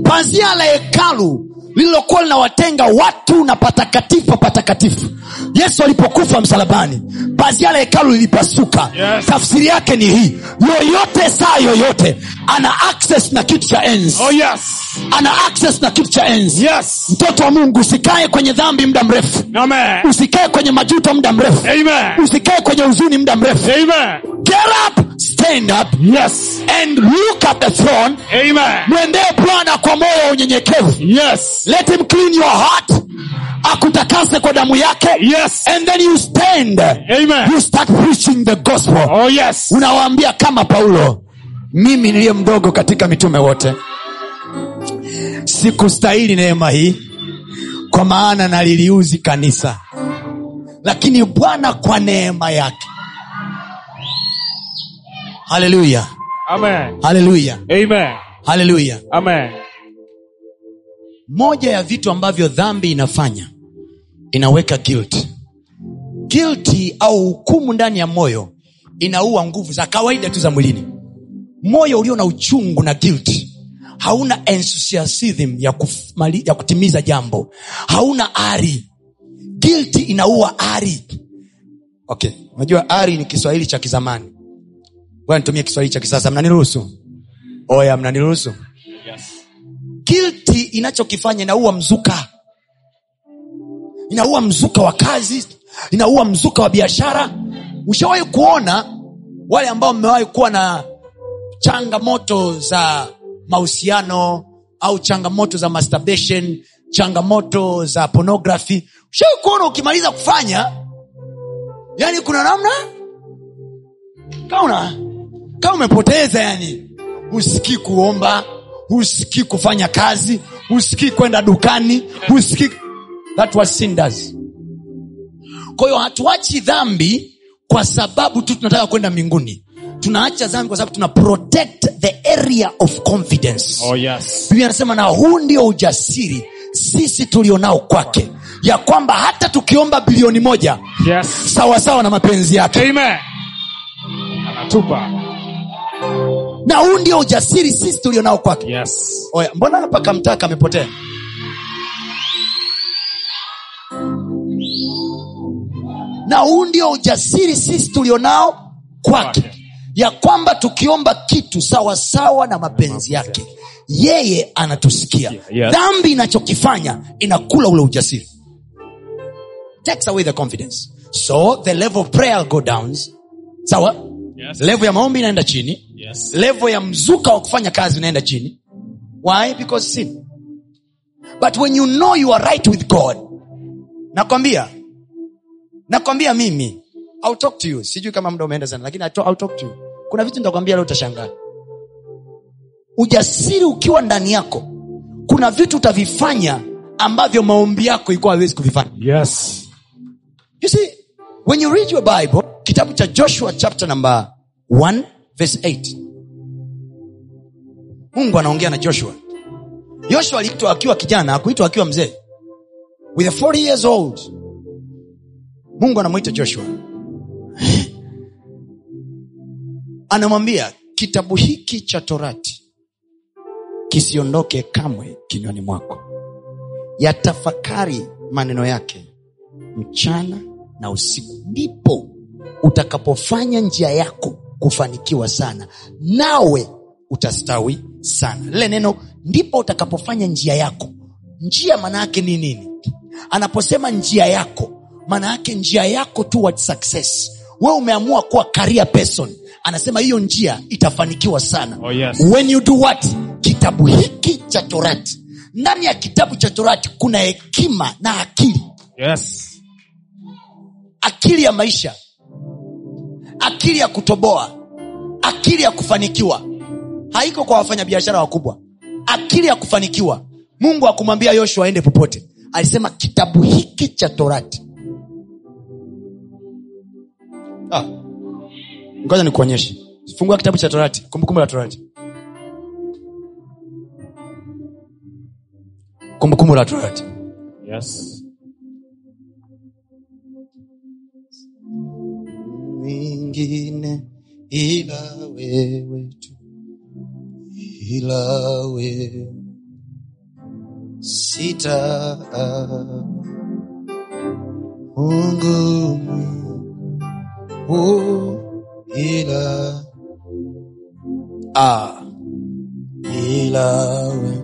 Speaker 2: pazia la hekalu lililokuwa linawatenga watu na patakatifu pa patakatifu yesu alipokufa msalabani pazia la hekalu lilipasuka
Speaker 3: Yes.
Speaker 2: tafsiri yake ni hii yoyote saa yoyote ana access na kitu cha enzi
Speaker 3: Oh, yes.
Speaker 2: ana access na kitu cha enzi
Speaker 3: Yes.
Speaker 2: mtoto wa mungu usikae kwenye dhambi muda mrefu
Speaker 3: Amen.
Speaker 2: usikae kwenye majuto muda mrefu
Speaker 3: Amen.
Speaker 2: usikae kwenye huzuni muda mrefu
Speaker 3: Amen.
Speaker 2: get up stand up
Speaker 3: Yes.
Speaker 2: and look at the throne
Speaker 3: Amen.
Speaker 2: mwendee bwana kwa moyo wa unyenyekevu
Speaker 3: Yes.
Speaker 2: let him clean your heart akutakase kwa damu yake
Speaker 3: Yes.
Speaker 2: and then you stand
Speaker 3: Amen.
Speaker 2: you start preaching the gospel
Speaker 3: Oh, yes.
Speaker 2: unawaambia kama paulo mimi niliye mdogo katika mitume wote sikustahili neema hii kwa maana naliliuzi kanisa lakini bwana kwa neema yake haleluya
Speaker 3: Amen.
Speaker 2: haleluya
Speaker 3: Amen.
Speaker 2: haleluya
Speaker 3: Amen.
Speaker 2: moja ya vitu ambavyo dhambi inafanya inaweka guilt guilty au hukumu ndani ya moyo inaua nguvu za kawaida tu za mwilini moyo ulio na uchungu na guilt hauna enthusiasm ya, kufmali, ya kutimiza jambo hauna ari guilty inaua ari okay unajua ari ni kiswahili cha kizamani ngoja nitumie kiswahili cha kisasa mnaniruhusu oya mnaniruhusu guilty inachokifanya inaua mzuka inaua mzuka wa kazi inaua mzuka wa biashara ushawahi kuona wale ambao mmewahi kuwa na changamoto za mahusiano au changamoto za masturbation changamoto za pornography ushawahi kuona ukimaliza kufanya yani Yaani kuna namna kauna kama umepoteza yani husikii kuomba husikii kufanya kazi husikii kwenda dukani husikii that was sin does kwa hiyo hatuachi dhambi kwa sababu tu tunataka kwenda mbinguni tunaacha dhambi kwa sababu tuna protect the area of confidence
Speaker 3: Oh, yes.
Speaker 2: biblia anasema na huu ndio ujasiri sisi tulionao kwake ya kwamba hata tukiomba bilioni moja
Speaker 3: Yes.
Speaker 2: sawasawa na mapenzi yake
Speaker 3: Amen. Anatupa.
Speaker 2: na huu ndio ujasiri sisi tulionao kwake
Speaker 3: Yes.
Speaker 2: oya mbona hapa kamtaka amepotea na huu ndio ujasiri sisi tulionao kwake ya kwamba tukiomba kitu sawasawa na mapenzi yake yeye anatusikia
Speaker 3: Yes.
Speaker 2: dhambi inachokifanya inakula ule ujasiri takes away the confidence so the level of prayer go downs sawa
Speaker 3: Yes.
Speaker 2: level ya maombi inaenda chini
Speaker 3: Yes.
Speaker 2: level ya mzuka wa kufanya kazi unaenda chini why because sin but when you know you are right with god nakwambia nakwambia mimi I'll talk to you sijui kama muda umeenda sana lakini I'll talk- I'll talk to you kuna vitu nitakwambia leo utashangaa ujasiri ukiwa ndani yako kuna vitu utavifanya ambavyo maombi yako ilikuwa hawezi kuvifanya
Speaker 3: Yes.
Speaker 2: You see, when you read your Bible, kitabu cha Joshua chapter number 1 verse 8. Mungu anaongea na Joshua. Joshua aliitwa akiwa kijana, hakuitwa akiwa mzee. With a 40 years old. Mungu anamuita Joshua. Anamwambia kitabu hiki cha Torati kisiondoke kamwe kinywani mwako. Yatafakari maneno yake mchana na usiku ndipo utakapofanya njia yako kufanikiwa sana nawe utastawi sana lile neno ndipo utakapofanya njia yako njia maana yake ni nini anaposema njia yako maana yake njia yako towards success we umeamua kuwa career person anasema hiyo njia itafanikiwa sana
Speaker 3: Oh, yes.
Speaker 2: when you do what kitabu hiki cha torati ndani ya kitabu cha torati kuna hekima na akili
Speaker 3: Yes.
Speaker 2: akili ya maisha akili ya kutoboa akili ya kufanikiwa haiko kwa wafanyabiashara wakubwa akili ya kufanikiwa mungu hakumwambia yoshua aende popote alisema kitabu hiki cha torati ah. ngoja nikuonyeshe fungua kitabu cha torati kumbukumbu la torati kumbukumbu la torati
Speaker 3: Yes.
Speaker 2: mwingine ila wewe tu ila wewe sita mungu mu ila ah, ila we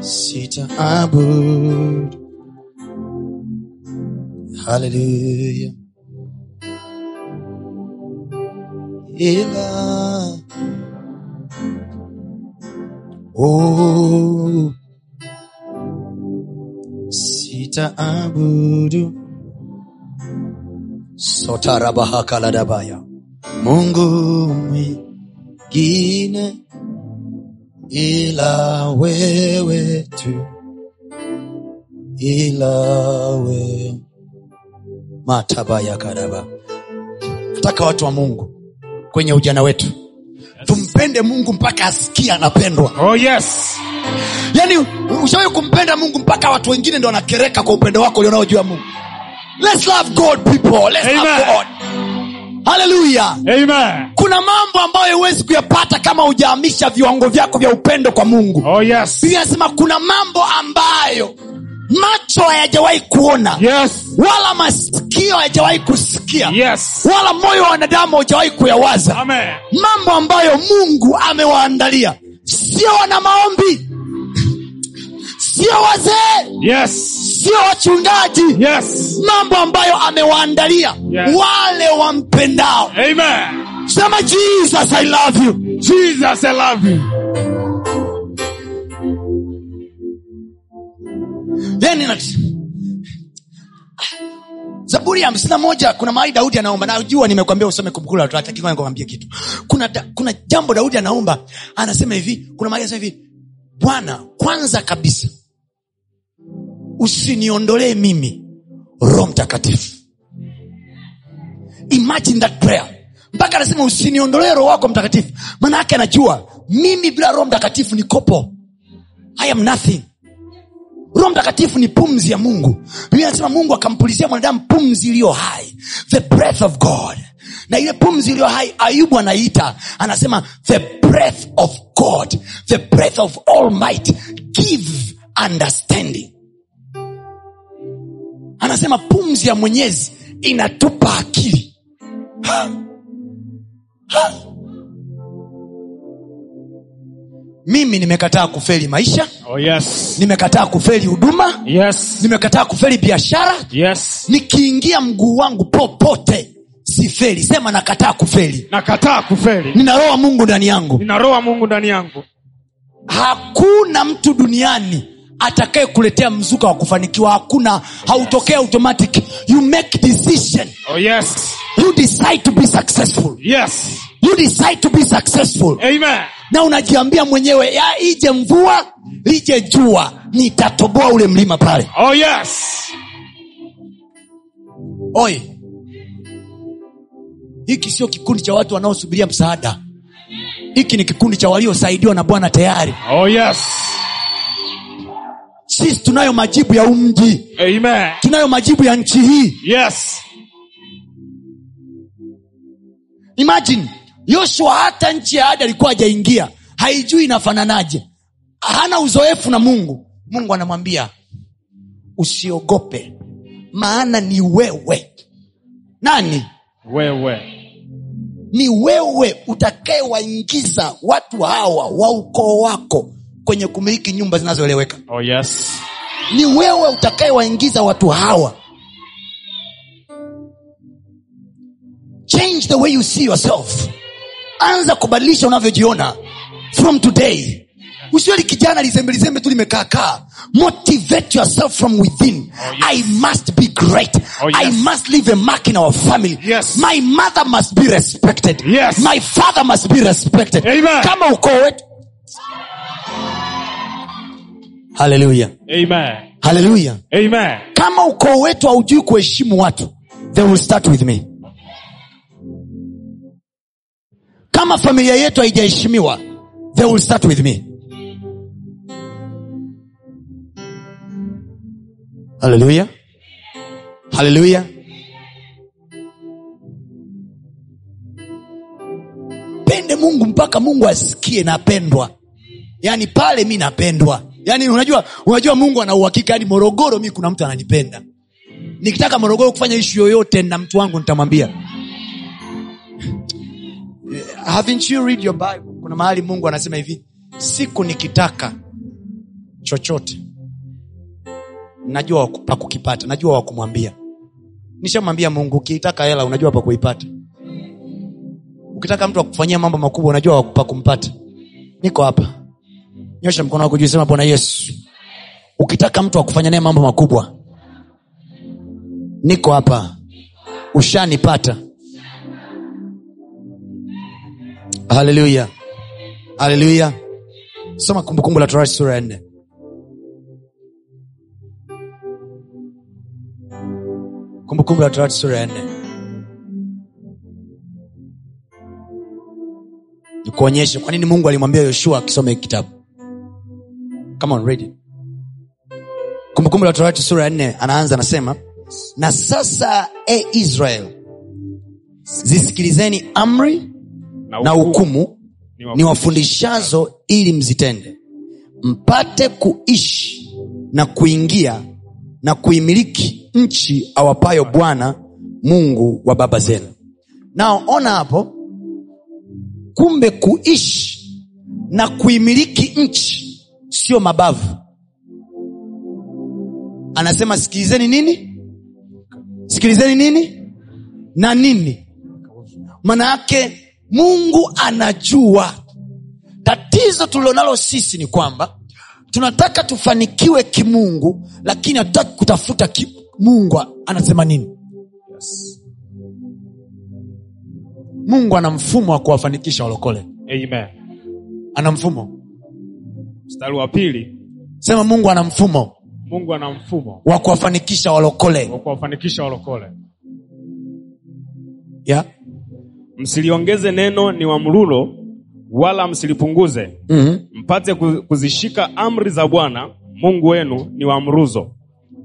Speaker 2: sitaabud haleluya ila oh, sitaabudu sotarabahakaladabaya mungu mwingine ila wewe tu ila wewe matabaya kadaba nataka watu wa mungu kwenye ujana wetu tumpende mungu mpaka asikia anapendwa
Speaker 3: Oh, yes.
Speaker 2: yaani ushawahi kumpenda mungu mpaka watu wengine ndo wanakereka kwa upendo wako ulionaojua mungu Let's love God, people. Let's love
Speaker 3: Amen.
Speaker 2: God. Hallelujah.
Speaker 3: Amen.
Speaker 2: kuna mambo ambayo huwezi kuyapata kama hujaamisha viwango vyako vya upendo kwa mungu
Speaker 3: Oh, yes.
Speaker 2: biblia anasema kuna mambo ambayo macho hayajawahi kuona
Speaker 3: Yes.
Speaker 2: wala masikio hayajawahi kusikia
Speaker 3: Yes.
Speaker 2: wala moyo wa wanadamu haujawahi kuyawaza
Speaker 3: Amen.
Speaker 2: mambo ambayo mungu amewaandalia sio wana maombi sio wazee
Speaker 3: Yes.
Speaker 2: sio wachungaji
Speaker 3: Yes.
Speaker 2: mambo ambayo amewaandalia
Speaker 3: Yes.
Speaker 2: wale wampendao
Speaker 3: Amen.
Speaker 2: sema jesus i love you
Speaker 3: Jesus, I love you.
Speaker 2: Then nat- zaburi ya hamsina moja kuna mahali daudi anaomba najua nimekwambia usome kumbukumbu la Torati, lakini ngoja nikwambie kitu kuna, da, kuna jambo daudi anaomba anasema hivi kuna mahali anasema hivi bwana kwanza kabisa usiniondolee mimi roho mtakatifu imagine that prayer mpaka anasema usiniondolee roho wako mtakatifu maana yake anajua mimi bila roho mtakatifu ni kopo i am nothing roho mtakatifu ni pumzi ya mungu biblia anasema mungu akampulizia mwanadamu pumzi iliyo hai the breath of god na ile pumzi iliyo hai ayubu anaiita anasema the breath of god the breath of almight give understanding anasema pumzi ya mwenyezi inatupa akili Ha! Ha! mimi nimekataa kufeli maisha
Speaker 3: Oh, yes.
Speaker 2: nimekataa kufeli huduma
Speaker 3: Yes.
Speaker 2: nimekataa kufeli biashara
Speaker 3: Yes.
Speaker 2: nikiingia mguu wangu popote sifeli sema nakataa kufeli
Speaker 3: Nakataa kufeli.
Speaker 2: nina roho ya mungu ndani yangu
Speaker 3: Nina roho ya Mungu ndani yangu.
Speaker 2: hakuna mtu duniani atakaye kuletea mzuka wa kufanikiwa hakuna hautokee automatic you make decision
Speaker 3: Oh, yes.
Speaker 2: you decide to be successful
Speaker 3: Yes.
Speaker 2: you decide to be successful
Speaker 3: Amen.
Speaker 2: na unajiambia mwenyewe ya ije mvua lije jua nitatoboa ule mlima pale
Speaker 3: Oh, yes.
Speaker 2: oye hiki sio kikundi cha watu wanaosubiria msaada hiki ni kikundi cha waliosaidiwa na bwana tayari
Speaker 3: Oh, yes.
Speaker 2: sisi tunayo majibu ya umji
Speaker 3: Amen.
Speaker 2: tunayo majibu ya nchi hii
Speaker 3: Yes.
Speaker 2: imagine yoshua hata nchi ya ada alikuwa hajaingia haijui inafananaje hana uzoefu na mungu mungu anamwambia usiogope maana ni wewe nani
Speaker 3: Wewe.
Speaker 2: ni wewe utakayewaingiza watu hawa wa ukoo wako kwenye kumiliki nyumba zinazoeleweka
Speaker 3: Oh, yes.
Speaker 2: ni wewe utakayewaingiza watu hawa change the way you see yourself anza kubadilisha unavyojiona from today usiwe li kijana lizembelizembe tu limekaakaa motivate yourself from within
Speaker 3: Oh, yes.
Speaker 2: i must be great
Speaker 3: Oh, yes.
Speaker 2: i must leave a mark in our family
Speaker 3: Yes.
Speaker 2: my mother must be respected
Speaker 3: Yes.
Speaker 2: my father must be respected
Speaker 3: Amen.
Speaker 2: kama ukoo wetu haleluya
Speaker 3: Amen.
Speaker 2: haleluya
Speaker 3: Amen.
Speaker 2: kama ukoo wetu haujui kuheshimu watu they will start with me kama familia yetu haijaheshimiwa they will start with me haleluya haleluya pende mungu mpaka mungu asikie napendwa yaani pale mi napendwa yaani unajua unajua mungu ana uhakika yaani morogoro mi kuna mtu ananipenda nikitaka morogoro kufanya ishu yoyote na mtu wangu nitamwambia haven't you read your bible kuna mahali mungu anasema hivi siku nikitaka chochote najua waku- pa kukipata najua wakumwambia nishamwambia mungu ukiitaka hela unajua pa kuipata ukitaka mtu akufanyia mambo makubwa unajua waku- pa kumpata niko hapa nyosha mkono wako juu sema bwana yesu ukitaka mtu akufanya naye mambo makubwa niko hapa ushanipata haleluya haleluya soma kumbukumbu la torati sura ya nne kumbukumbu la torati sura ya nne nikuonyeshe kwa nini mungu alimwambia yoshua akisome hiki kitabu Come on, read it. kumbukumbu la torati sura ya nne anaanza anasema na sasa e israel zisikilizeni amri na hukumu ni wafundishazo ili mzitende mpate kuishi na kuingia na kuimiliki nchi awapayo bwana mungu wa baba zenu nao ona hapo kumbe kuishi na kuimiliki nchi sio mabavu anasema sikilizeni nini sikilizeni nini na nini manayake mungu anajua tatizo tulilonalo sisi ni kwamba tunataka tufanikiwe kimungu lakini hatutaki kutafuta ki mungu anasema nini
Speaker 3: Yes.
Speaker 2: mungu ana mfumo wa kuwafanikisha walokole
Speaker 3: Amen.
Speaker 2: ana mfumo
Speaker 3: Mstari wa pili,
Speaker 2: sema mungu ana mfumo
Speaker 3: Mungu ana mfumo
Speaker 2: wa kuwafanikisha walokole
Speaker 3: wa kuwafanikisha walokole.
Speaker 2: yeah?
Speaker 3: Msiliongeze neno ni wamrulo wala msilipunguze,
Speaker 2: mm-hmm.
Speaker 3: mpate ku- kuzishika amri za Bwana Mungu wenu ni wamruzo.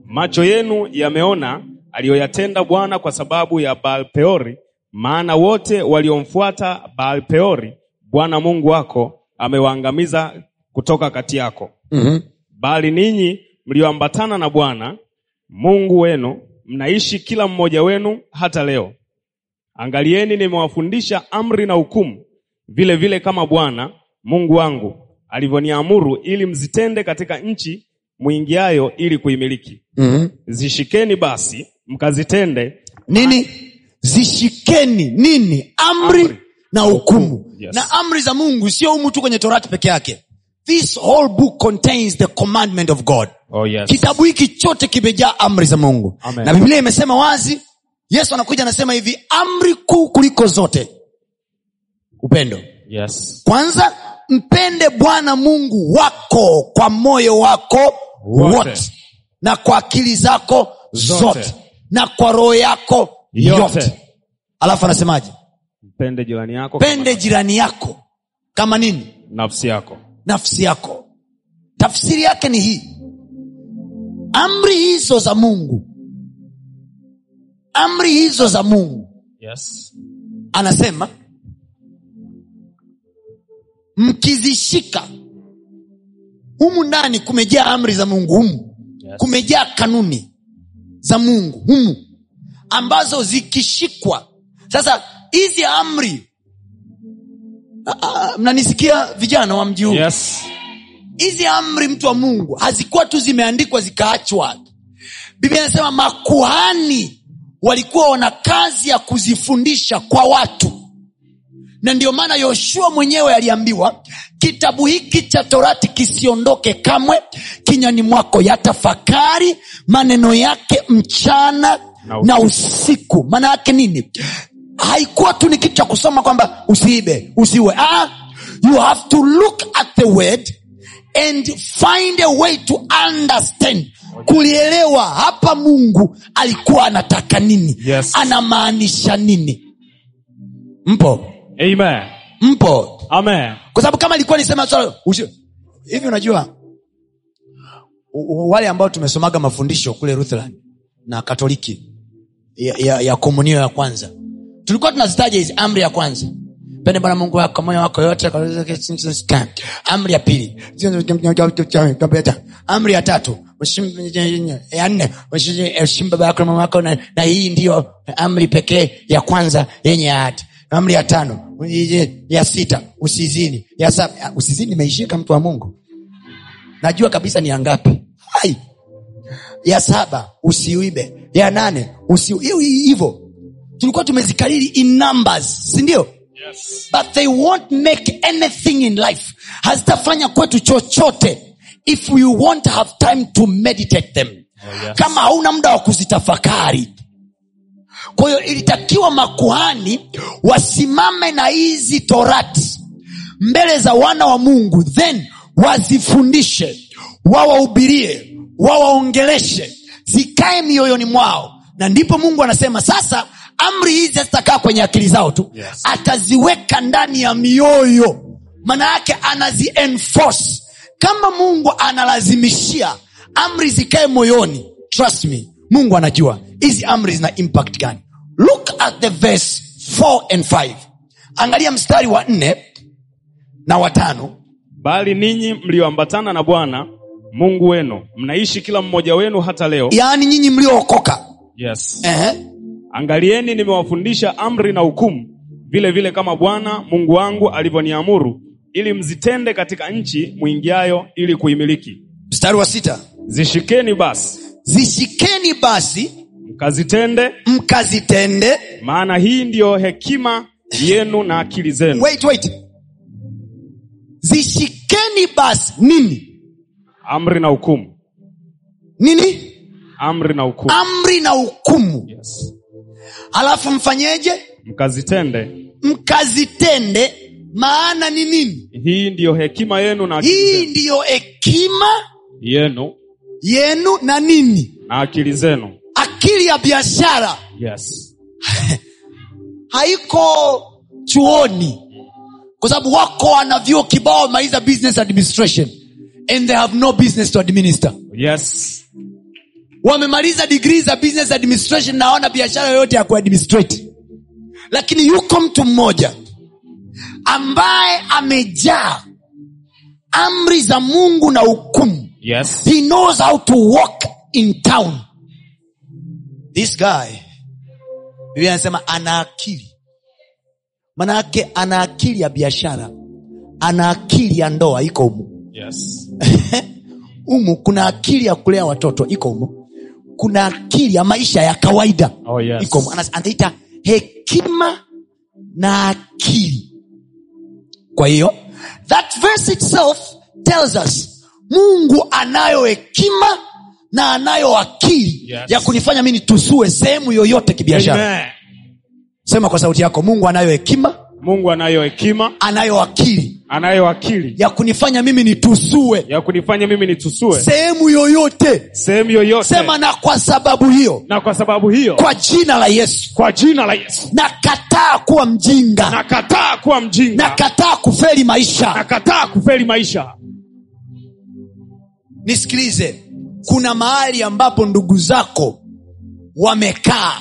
Speaker 3: Macho yenu yameona aliyoyatenda Bwana kwa sababu ya Baal Peori, maana wote waliomfuata Baal Peori Bwana Mungu wako amewaangamiza kutoka kati yako.
Speaker 2: Mm-hmm.
Speaker 3: Bali ninyi mlioambatana na Bwana Mungu wenu mnaishi kila mmoja wenu hata leo. Angalieni, nimewafundisha amri na hukumu vile vile kama Bwana Mungu wangu alivyoniamuru, ili mzitende katika nchi mwingiayo ili kuimiliki.
Speaker 2: Mm-hmm.
Speaker 3: Zishikeni basi mkazitende,
Speaker 2: nini zishikeni nini amri,
Speaker 3: Amri.
Speaker 2: na hukumu
Speaker 3: Yes.
Speaker 2: na amri za mungu sio humu tu kwenye torati peke yake this whole book contains the commandment of god
Speaker 3: oh yes.
Speaker 2: kitabu hiki chote kimejaa amri za mungu
Speaker 3: Amen.
Speaker 2: na biblia imesema wazi yesu anakuja anasema hivi amri kuu kuliko zote upendo
Speaker 3: Yes.
Speaker 2: kwanza mpende bwana mungu wako kwa moyo wako
Speaker 3: Wote.
Speaker 2: wote na kwa akili zako zote,
Speaker 3: Zote.
Speaker 2: na kwa roho yako yote,
Speaker 3: Yote.
Speaker 2: alafu anasemaje
Speaker 3: Mpende jirani yako kama
Speaker 2: pende jirani yako kama nini
Speaker 3: nafsi yako.
Speaker 2: nafsi yako tafsiri yake ni hii amri hizo za mungu amri hizo za mungu
Speaker 3: Yes.
Speaker 2: anasema mkizishika humu ndani kumejaa amri za mungu humu
Speaker 3: Yes.
Speaker 2: kumejaa kanuni za mungu humu ambazo zikishikwa sasa hizi amri Ah, ah, mnanisikia vijana wa mji huu
Speaker 3: Yes.
Speaker 2: hizi amri mtu wa mungu hazikuwa tu zimeandikwa zikaachwa biblia inasema makuhani walikuwa wana kazi ya kuzifundisha kwa watu na ndiyo maana yoshua mwenyewe aliambiwa kitabu hiki cha torati kisiondoke kamwe kinywani mwako yatafakari maneno yake mchana
Speaker 3: Na
Speaker 2: na usiku maana yake nini haikuwa tu ni kitu cha kusoma kwamba usiibe usiwe ah, you have to look at the word and find a way to understand kulielewa hapa mungu alikuwa anataka nini
Speaker 3: Yes.
Speaker 2: anamaanisha nini mpo
Speaker 3: Amen.
Speaker 2: mpo
Speaker 3: Amen.
Speaker 2: kwa sababu kama ilikuwa nisema swala usi- hivi unajua u- u- wale ambao tumesomaga mafundisho kule ruthland na katoliki ya, ya, ya komunio ya kwanza tulikuwa tunazitaja hizi amri ya kwanza mpende bwana mungu wako kwa moyo wako yote kwa roho yako. amri ya pili amri ya tatu Mheshimu- ya nne heshimu baba yako na mama yako na, na hii ndiyo amri pekee ya kwanza yenye ahadi amri ya tano ya sita usizini ya saba usizini imeishika mtu wa mungu najua kabisa ni yangapi Hai! ya saba usiibe ya nane usi hiyo hii- hivyo tulikuwa tumezikariri in numbers sindio
Speaker 3: Yes.
Speaker 2: but they won't make anything in life hazitafanya kwetu chochote if you won't have time to meditate them
Speaker 3: Oh, yes.
Speaker 2: kama hauna muda wa kuzitafakari kwa hiyo ilitakiwa makuhani wasimame na hizi torati mbele za wana wa mungu then wazifundishe wawahubirie wawaongeleshe zikae mioyoni mwao na ndipo mungu anasema sasa amri hizi hazitakaa kwenye akili zao tu
Speaker 3: Yes.
Speaker 2: ataziweka ndani ya mioyo maana yake anazienforce kama mungu analazimishia amri zikae moyoni trust me mungu anajua hizi amri zina impact gani look at the verse 4 and 5 angalia mstari wa nne na watano
Speaker 3: bali ninyi mlioambatana na bwana mungu wenu mnaishi kila mmoja wenu hata leo
Speaker 2: yaani nyinyi mliookoka
Speaker 3: yes.
Speaker 2: Ehe.
Speaker 3: angalieni nimewafundisha amri na hukumu vile vile kama bwana mungu wangu alivyoniamuru ili mzitende katika nchi mwingiayo ili kuimiliki
Speaker 2: mstari wa sita
Speaker 3: zishikeni basi
Speaker 2: zishikeni basi
Speaker 3: mkazitende
Speaker 2: mkazitende
Speaker 3: maana hii ndiyo hekima yenu na akili zenu
Speaker 2: wait wait zishikeni basi nini
Speaker 3: amri na hukumu
Speaker 2: nini
Speaker 3: amri na hukumu
Speaker 2: amri na hukumu
Speaker 3: yes.
Speaker 2: alafu mfanyeje
Speaker 3: mkazitende
Speaker 2: mkazitende maana ni nini
Speaker 3: hii ndiyo hekima yenu na akili
Speaker 2: hii
Speaker 3: zenu.
Speaker 2: ndiyo hekima
Speaker 3: yenu
Speaker 2: yenu na nini
Speaker 3: na akili zenu
Speaker 2: akili ya biashara
Speaker 3: yes.
Speaker 2: haiko chuoni kwa sababu wako wana vyuo kibao maiza business administration and they have no business to administer
Speaker 3: Yes.
Speaker 2: wamemaliza digrii za business administration na hawana biashara yoyote ya kuadministrate lakini yuko mtu mmoja ambaye amejaa amri za mungu na hukumu
Speaker 3: Yes.
Speaker 2: he knows how to walk in town this guy biblia anasema ana akili manayake ana akili ya biashara ana akili ya ndoa iko humu
Speaker 3: Yes.
Speaker 2: humu kuna akili ya kulea watoto iko humu kuna akili ya maisha ya kawaida
Speaker 3: Oh, yes.
Speaker 2: iko humu Ana- anaita hekima na akili kwa hiyo that verse itself tells us mungu anayo hekima na anayo akili
Speaker 3: Yes.
Speaker 2: ya kunifanya mimi nitusue sehemu yoyote kibiashara
Speaker 3: Amen.
Speaker 2: sema kwa sauti yako mungu anayo hekima
Speaker 3: mungu anayo hekima
Speaker 2: anayo akili
Speaker 3: anayo akili
Speaker 2: ya kunifanya mimi nitusue
Speaker 3: ya kunifanya mimi nitusue
Speaker 2: sehemu yoyote
Speaker 3: sehemu yoyote
Speaker 2: sema na kwa sababu hiyo
Speaker 3: na kwa sababu hiyo
Speaker 2: kwa jina la yesu
Speaker 3: kwa jina la yesu
Speaker 2: nakataa kuwa mjinga
Speaker 3: nakataa kuwa mjinga
Speaker 2: nakataa kufeli maisha
Speaker 3: nakataa kufeli maisha
Speaker 2: nisikilize kuna mahali ambapo ndugu zako wamekaa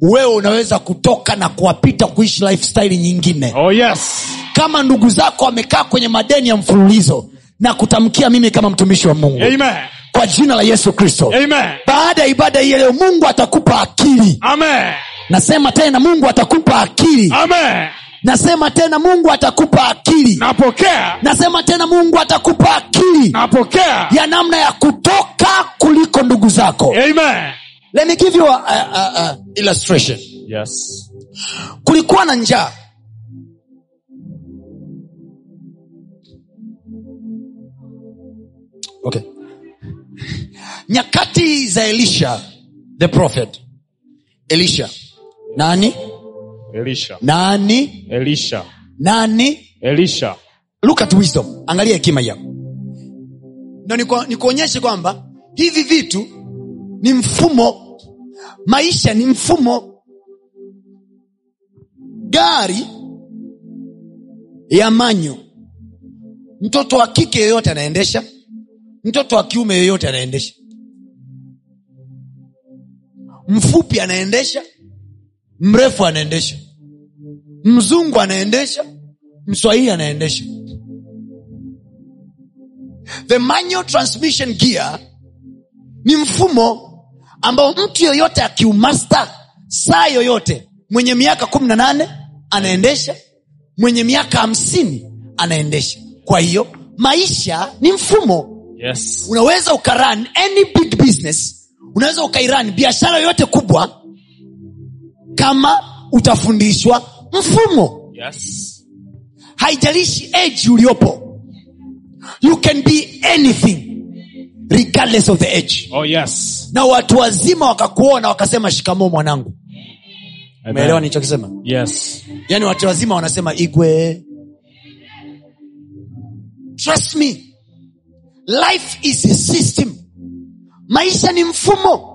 Speaker 2: wewe unaweza kutoka na kuwapita kuishi lifestyle nyingine
Speaker 3: oh, yes.
Speaker 2: kama ndugu zako wamekaa kwenye madeni ya mfululizo na kutamkia mimi kama mtumishi wa mungu
Speaker 3: Amen.
Speaker 2: kwa jina la yesu kristo
Speaker 3: Amen.
Speaker 2: baada ya ibada hii ya leo mungu atakupa akili
Speaker 3: Amen.
Speaker 2: nasema tena mungu atakupa akili
Speaker 3: Ah. Amen.
Speaker 2: nasema tena mungu atakupa akili
Speaker 3: napokea
Speaker 2: nasema tena mungu atakupa akili
Speaker 3: napokea
Speaker 2: ya namna ya kutoka kuliko ndugu zako
Speaker 3: Amen.
Speaker 2: Let me give you a, a, a, a illustration
Speaker 3: Yes.
Speaker 2: kulikuwa na njaa okay. nyakati za elisha the prophet elisha nani
Speaker 3: elisha
Speaker 2: nani
Speaker 3: elisha
Speaker 2: nani
Speaker 3: elisha
Speaker 2: look at wisdom angalia hekima yao na nikuonyeshe nikuonyeshe kwamba hivi vitu ni mfumo maisha ni mfumo gari ya manyo mtoto wa kike yoyote anaendesha mtoto wa kiume yoyote anaendesha mfupi anaendesha mrefu anaendesha mzungu anaendesha mswahili anaendesha the manual transmission gear ni mfumo ambao mtu yoyote akiumasta saa yoyote mwenye miaka kumi na nane anaendesha mwenye miaka hamsini anaendesha kwa hiyo maisha ni mfumo
Speaker 3: yes
Speaker 2: unaweza ukarun any big business unaweza ukairun biashara yoyote kubwa kama utafundishwa mfumo
Speaker 3: yes
Speaker 2: haijalishi age uliopo you can be anything regardless of the age
Speaker 3: oh yes
Speaker 2: na watu wazima wakakuona wakasema shikamoo mwanangu umeelewa nilichokisema
Speaker 3: yes
Speaker 2: yaani watu wazima wanasema igwe trust me life is a system maisha ni mfumo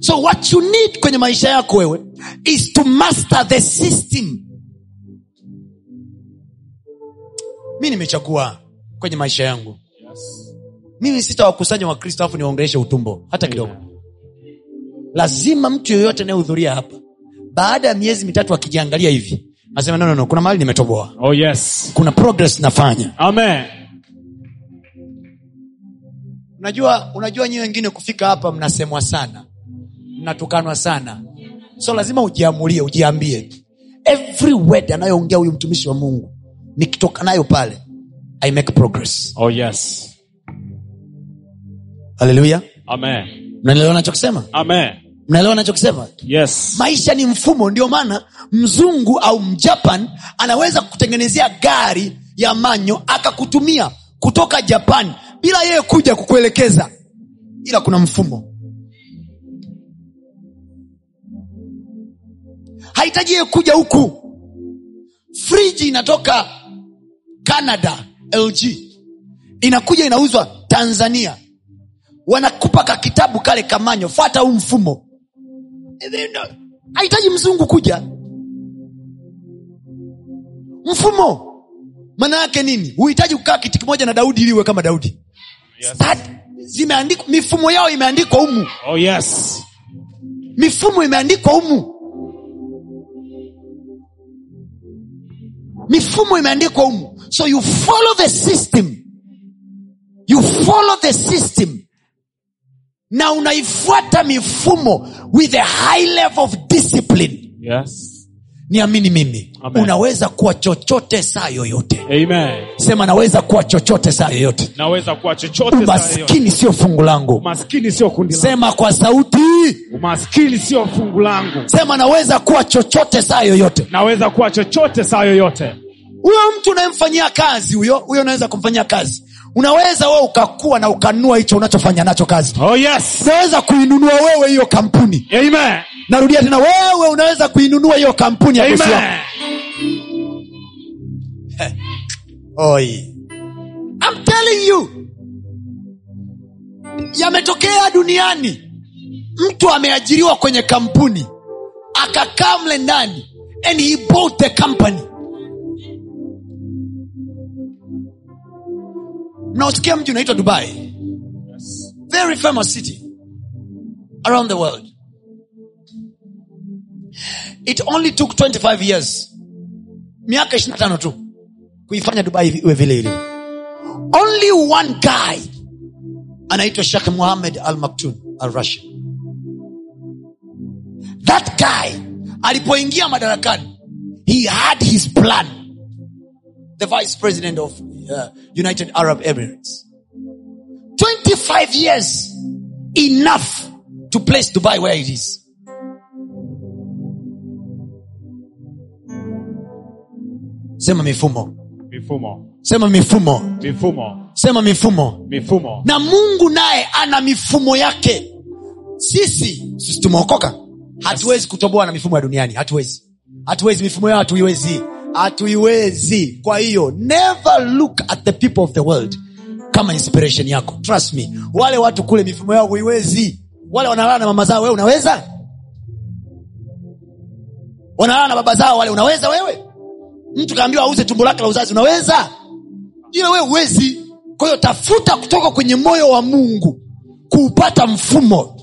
Speaker 2: so what you need kwenye maisha yako wewe is to master the system mi nimechagua kwenye maisha yangu
Speaker 3: yes
Speaker 2: mimi sitawakusanya wakristo afu niwaongeleshe utumbo hata kidogo lazima mtu yoyote anayehudhuria hapa baada ya miezi mitatu akijiangalia hivi asema no, no, no, kuna mahali nimetoboa
Speaker 3: oh yes
Speaker 2: kuna progress nafanya
Speaker 3: amen
Speaker 2: unajua unajua nyi wengine kufika hapa mnasemwa sana mnatukanwa sana so lazima ujiamulie ujiambie every word anayoongea huyu mtumishi wa mungu nikitoka nayo pale i make progress
Speaker 3: oh yes
Speaker 2: haleluya
Speaker 3: amen
Speaker 2: mnaelewa nachokisema
Speaker 3: amen
Speaker 2: mnaelewa nachokisema
Speaker 3: yes
Speaker 2: maisha ni mfumo ndio maana mzungu au mjapan anaweza kutengenezea gari ya manyo akakutumia kutoka japan bila yeye kuja kukuelekeza ila kuna mfumo hahitaji yeye kuja huku friji inatoka canada lg inakuja inauzwa tanzania wanakupa ka kitabu kale kamanyo fata huu mfumo Ndio, hahitaji mzungu kuja mfumo maana yake nini huhitaji kukaa kiti kimoja na daudi iliwe kama daudi
Speaker 3: Yes.
Speaker 2: Start- zimeandikwa mifumo yao imeandikwa humu
Speaker 3: oh yes
Speaker 2: mifumo imeandikwa humu mifumo imeandikwa humu so you follow the system you follow the system na unaifuata mifumo with a high level of discipline
Speaker 3: yes
Speaker 2: niamini mimi
Speaker 3: Amen.
Speaker 2: unaweza kuwa chochote saa yoyote
Speaker 3: amen
Speaker 2: sema naweza kuwa chochote saa yoyote
Speaker 3: naweza kuwa chochote saa yoyote.
Speaker 2: umaskini sio fungu langu
Speaker 3: umaskini sio kundi langu
Speaker 2: sema kwa sauti
Speaker 3: umaskini sio fungu langu
Speaker 2: sema naweza kuwa chochote saa yoyote
Speaker 3: naweza kuwa chochote saa yoyote
Speaker 2: huyo mtu unayemfanyia kazi huyo huyo unaweza kumfanyia kazi unaweza wewe ukakua na ukanua hicho unachofanya nacho kazi
Speaker 3: oh yes
Speaker 2: unaweza kuinunua wewe hiyo kampuni
Speaker 3: amen
Speaker 2: narudia tena wewe unaweza kuinunua hiyo kampuni ya bosi wako.
Speaker 3: amen
Speaker 2: Oi. I'm telling you yametokea duniani mtu ameajiriwa kwenye kampuni akakaa mle ndani and he bought the company mnaosikia mji unaitwa dubai very famous city around the world it only took 25 years miaka 25 tu kuifanya dubai iwe vile ilivyo only one guy anaitwa shekh muhamed al maktun al russian that guy alipoingia madarakani he had his plan the vice president of uh, united arab emirates 25 years enough to place dubai where it is sema mifumo
Speaker 3: mifumo
Speaker 2: sema mifumo
Speaker 3: mifumo
Speaker 2: sema mifumo
Speaker 3: mifumo
Speaker 2: na mungu naye ana mifumo yake sisi sisi tumeokoka hatuwezi kutoboa na mifumo ya duniani hatuwezi hatuwezi mifumo yao hatuiwezi hatuiwezi kwa hiyo never look at the people of the world kama inspiration yako trust me wale watu kule mifumo yao huiwezi wale wanalala na mama zao wewe unaweza wanalala na baba zao wale unaweza wewe mtu kaambiwa auze tumbo lake la uzazi unaweza ila wewe uwezi kwa hiyo tafuta kutoka kwenye moyo wa mungu kuupata mfumo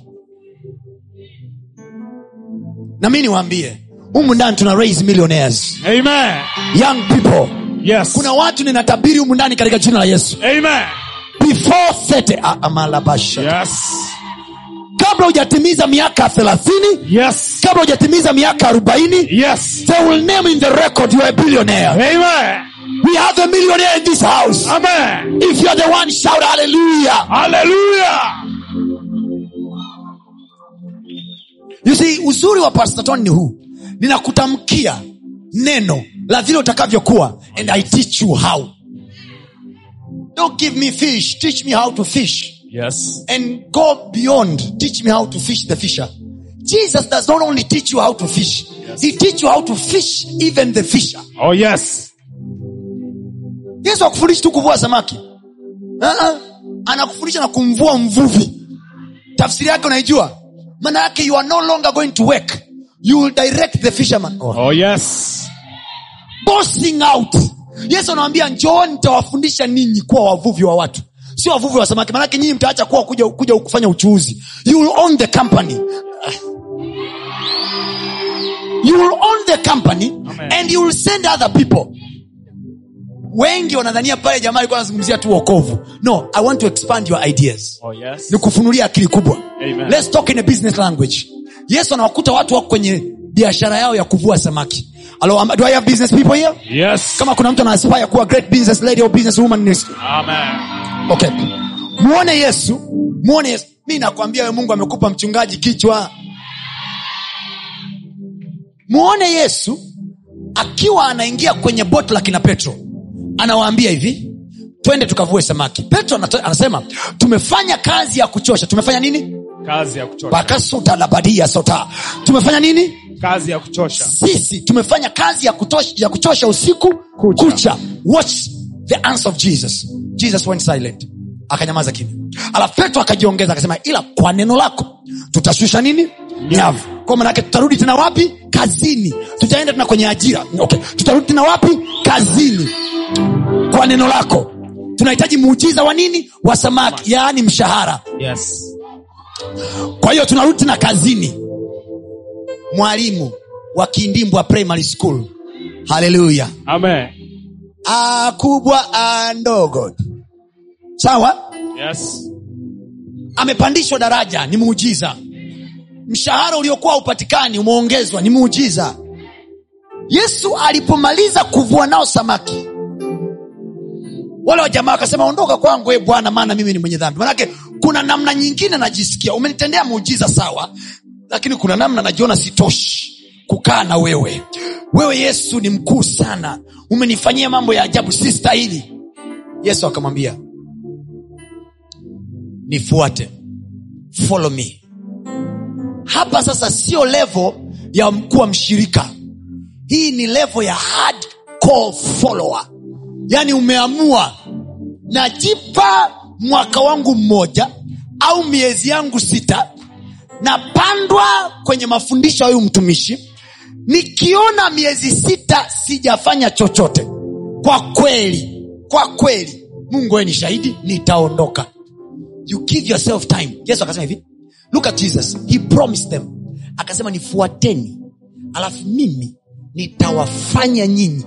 Speaker 2: na mi niwaambie humu ndani tuna raise millionaires
Speaker 3: Amen.
Speaker 2: young people
Speaker 3: Yes.
Speaker 2: kuna watu ninatabiri humu ndani katika jina la yesu
Speaker 3: Amen.
Speaker 2: before sete ah, amalabasha
Speaker 3: Yes.
Speaker 2: kabla hujatimiza miaka thelathini
Speaker 3: Yes.
Speaker 2: kabla hujatimiza miaka arobaini
Speaker 3: Yes.
Speaker 2: they will name in the record you are a billionaire
Speaker 3: Amen.
Speaker 2: we have a millionaire in this house
Speaker 3: Amen.
Speaker 2: if you are the one shout hallelujah
Speaker 3: Hallelujah.
Speaker 2: you see uzuri wa pastaton ni huu ninakutamkia neno la vile utakavyokuwa and i teach you how don't give me fish teach me how to fish
Speaker 3: Yes.
Speaker 2: and go beyond teach me how to fish the fisher jesus does not only teach you how to fish yes. he teach you how to fish even the fisher
Speaker 3: Oh yes.
Speaker 2: yesu akufundishi tu kuvua samaki uh-uh. anakufundisha na kumvua mvuvi tafsiri yake unaijua maana yake you are no longer going to work you will direct the fisherman oh.
Speaker 3: Oh yes.
Speaker 2: bossing out yesu anawambia njooni nitawafundisha ninyi kuwa wavuvi wa watu sio wavuvi wa samaki maanake nyinyi mtaacha kuwa kuja, kuja kufanya uchuuzi you will own the company you will own the company
Speaker 3: Amen.
Speaker 2: and you will send other people wengi wanadhania pale jamaa alikuwa anazungumzia tu wokovu no i want to expand your ideas
Speaker 3: Oh yes.
Speaker 2: ni kufunulia akili kubwa
Speaker 3: Amen.
Speaker 2: Let's talk in a business language yesu anawakuta watu wako kwenye biashara yao ya kuvua samaki Hello, am- do I have business people here?
Speaker 3: Yes.
Speaker 2: kama kuna mtu anaaspire kuwa great business lady or business woman in this-
Speaker 3: Amen.
Speaker 2: okay. muone yesu muone yesu mi nakwambia we mungu amekupa mchungaji kichwa muone yesu akiwa anaingia kwenye boti la kina petro anawaambia hivi twende tukavue samaki petro anato- anasema tumefanya kazi ya kuchosha tumefanya nini
Speaker 3: Kazi ya kuchosha.
Speaker 2: pakasuta labadia sota tumefanya nini
Speaker 3: Kazi ya kuchosha.
Speaker 2: sisi tumefanya kazi ya, kutosha, ya kuchosha usiku
Speaker 3: Kucha.
Speaker 2: kucha watch the answer of jesus jesus went silent akanyamaza kimya alafu petro akajiongeza akasema ila kwa neno lako tutashusha nini nyavu kwa manake tutarudi tena wapi kazini tutaenda tena kwenye ajira okay. tutarudi tena wapi kazini kwa neno lako tunahitaji muujiza wa nini wa samaki yaani mshahara
Speaker 3: Yes.
Speaker 2: kwa hiyo tunarudi tena kazini mwalimu wa kindimbwa primary school haleluya
Speaker 3: Amen.
Speaker 2: A kubwa a ndogo sawa
Speaker 3: Yes.
Speaker 2: amepandishwa daraja ni muujiza mshahara uliokuwa haupatikani umeongezwa ni muujiza yesu alipomaliza kuvua nao samaki wale wajamaa wakasema ondoka kwangu e bwana maana mimi ni mwenye dhambi manake kuna namna nyingine najisikia umenitendea muujiza sawa lakini kuna namna najiona sitoshi kukaa na wewe wewe yesu ni mkuu sana umenifanyia mambo ya ajabu si stahili yesu akamwambia nifuate follow me hapa sasa sio levo ya mkuu wa mshirika hii ni levo ya hardcore follower yaani umeamua najipa mwaka wangu mmoja au miezi yangu sita napandwa kwenye mafundisho ya huyu mtumishi nikiona miezi sita sijafanya chochote kwa kweli kwa kweli mungu we ni shahidi nitaondoka you give yourself time yesu akasema hivi look at jesus he promised them akasema nifuateni alafu mimi nitawafanya nyinyi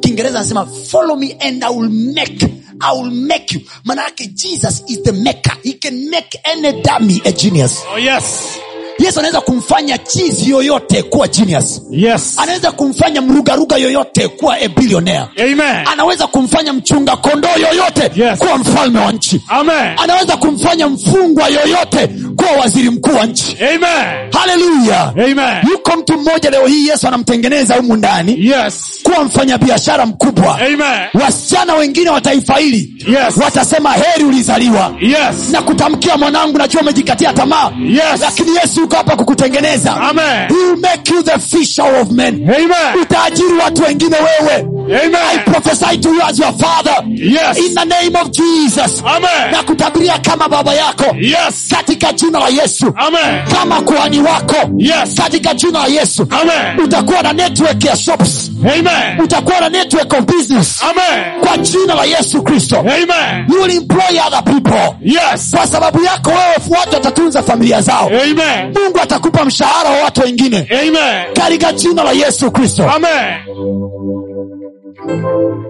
Speaker 2: kiingereza anasema follow me and i will make i will make you maana yake jesus is the maker he can make any dummy a genius
Speaker 3: Oh yes.
Speaker 2: yesu anaweza kumfanya chizi yoyote kuwa genius
Speaker 3: Yes.
Speaker 2: anaweza kumfanya mrugaruga yoyote kuwa a billionaire
Speaker 3: Amen.
Speaker 2: anaweza kumfanya mchunga kondoo yoyote
Speaker 3: Yes.
Speaker 2: kuwa mfalme wa nchi
Speaker 3: Amen.
Speaker 2: anaweza kumfanya mfungwa yoyote kuwa waziri mkuu wa nchi
Speaker 3: Amen.
Speaker 2: haleluya
Speaker 3: Amen.
Speaker 2: yuko mtu mmoja leo hii yesu anamtengeneza humu ndani
Speaker 3: Yes.
Speaker 2: kuwa mfanyabiashara mkubwa
Speaker 3: Amen.
Speaker 2: wasichana wengine wa taifa hili
Speaker 3: Yes.
Speaker 2: watasema heri ulizaliwa
Speaker 3: Yes.
Speaker 2: na kutamkia mwanangu najua umejikatia tamaa
Speaker 3: Yes.
Speaker 2: lakini yesu yuko hapa kukutengeneza
Speaker 3: Amen.
Speaker 2: He will make you the fisher of men
Speaker 3: Amen.
Speaker 2: utaajiri watu wengine wewe I
Speaker 3: Amen.
Speaker 2: prophesy to you as your father
Speaker 3: Yes.
Speaker 2: in the name of Jesus na
Speaker 3: Amen.
Speaker 2: kutabiria kama baba yako
Speaker 3: Yes.
Speaker 2: katika jina la Yesu
Speaker 3: Amen.
Speaker 2: kama kuhani wako
Speaker 3: Yes.
Speaker 2: katika jina la Yesu
Speaker 3: Amen.
Speaker 2: utakuwa na network ya shops
Speaker 3: Amen.
Speaker 2: utakuwa na network of business
Speaker 3: Amen.
Speaker 2: kwa jina la Yesu Kristo
Speaker 3: Amen.
Speaker 2: you will employ other people
Speaker 3: Yes.
Speaker 2: kwa sababu yako wewe watu watatunza familia zao
Speaker 3: Amen.
Speaker 2: Mungu atakupa mshahara wa watu wengine
Speaker 3: Amen.
Speaker 2: katika jina la Yesu Kristo
Speaker 3: Amen.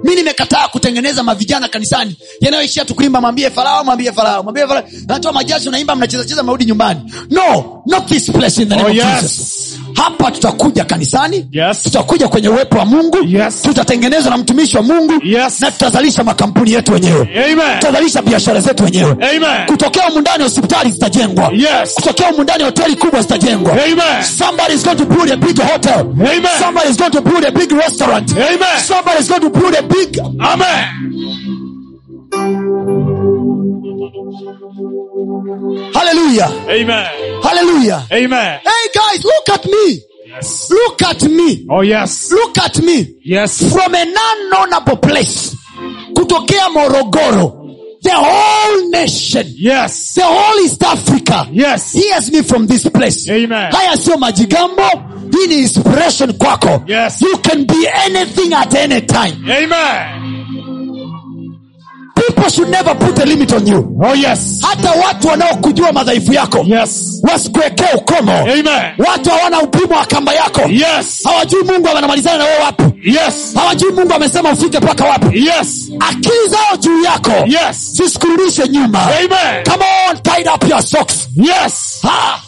Speaker 2: mi nimekataa kutengeneza mavijana kanisani yanayoishia tu kuimba mwambie farao mwambie farao mwambie farao natoa majasho naimba mnachezacheza mnarudi nyumbani no not this place in the name
Speaker 3: Oh,
Speaker 2: of
Speaker 3: yes.
Speaker 2: Jesus. hapa tutakuja kanisani
Speaker 3: Yes.
Speaker 2: tutakuja kwenye uwepo wa mungu
Speaker 3: Yes.
Speaker 2: tutatengenezwa na mtumishi wa mungu
Speaker 3: Yes.
Speaker 2: na tutazalisha makampuni yetu wenyewe
Speaker 3: Amen.
Speaker 2: tutazalisha biashara zetu wenyewe
Speaker 3: Amen.
Speaker 2: kutokea humu ndani hospitali zitajengwa
Speaker 3: Yes.
Speaker 2: kutokea humu ndani hoteli kubwa zitajengwa
Speaker 3: Amen.
Speaker 2: somebody is going to build a big hotel
Speaker 3: Amen.
Speaker 2: somebody is going to build a big restaurant
Speaker 3: Amen.
Speaker 2: somebody is going to build a big
Speaker 3: Amen.
Speaker 2: hallelujah
Speaker 3: Amen.
Speaker 2: hallelujah
Speaker 3: Amen.
Speaker 2: hey guys look at me
Speaker 3: Yes.
Speaker 2: look at me
Speaker 3: Oh yes.
Speaker 2: look at me
Speaker 3: Yes.
Speaker 2: from an unknownable place kutokea morogoro the whole nation
Speaker 3: Yes.
Speaker 2: the whole east africa
Speaker 3: Yes.
Speaker 2: hears me from this place
Speaker 3: Amen.
Speaker 2: haya sio majigambo hii ni inspiration kwako
Speaker 3: Yes.
Speaker 2: you can be anything at any time
Speaker 3: Amen.
Speaker 2: people should never put a limit on you
Speaker 3: Oh yes.
Speaker 2: hata watu wanaokujua madhaifu yako
Speaker 3: Yes.
Speaker 2: wasikuwekee ukomo
Speaker 3: Amen.
Speaker 2: watu hawana upimo wa kamba yako
Speaker 3: Yes.
Speaker 2: hawajui mungu wanamalizana na wewe wapi
Speaker 3: Yes.
Speaker 2: hawajui mungu amesema ufike mpaka wapi
Speaker 3: Yes.
Speaker 2: akili zao juu yako
Speaker 3: Yes.
Speaker 2: zisikurudishe nyuma
Speaker 3: Amen.
Speaker 2: Come on, tied up your socks.
Speaker 3: Yes.
Speaker 2: Ah.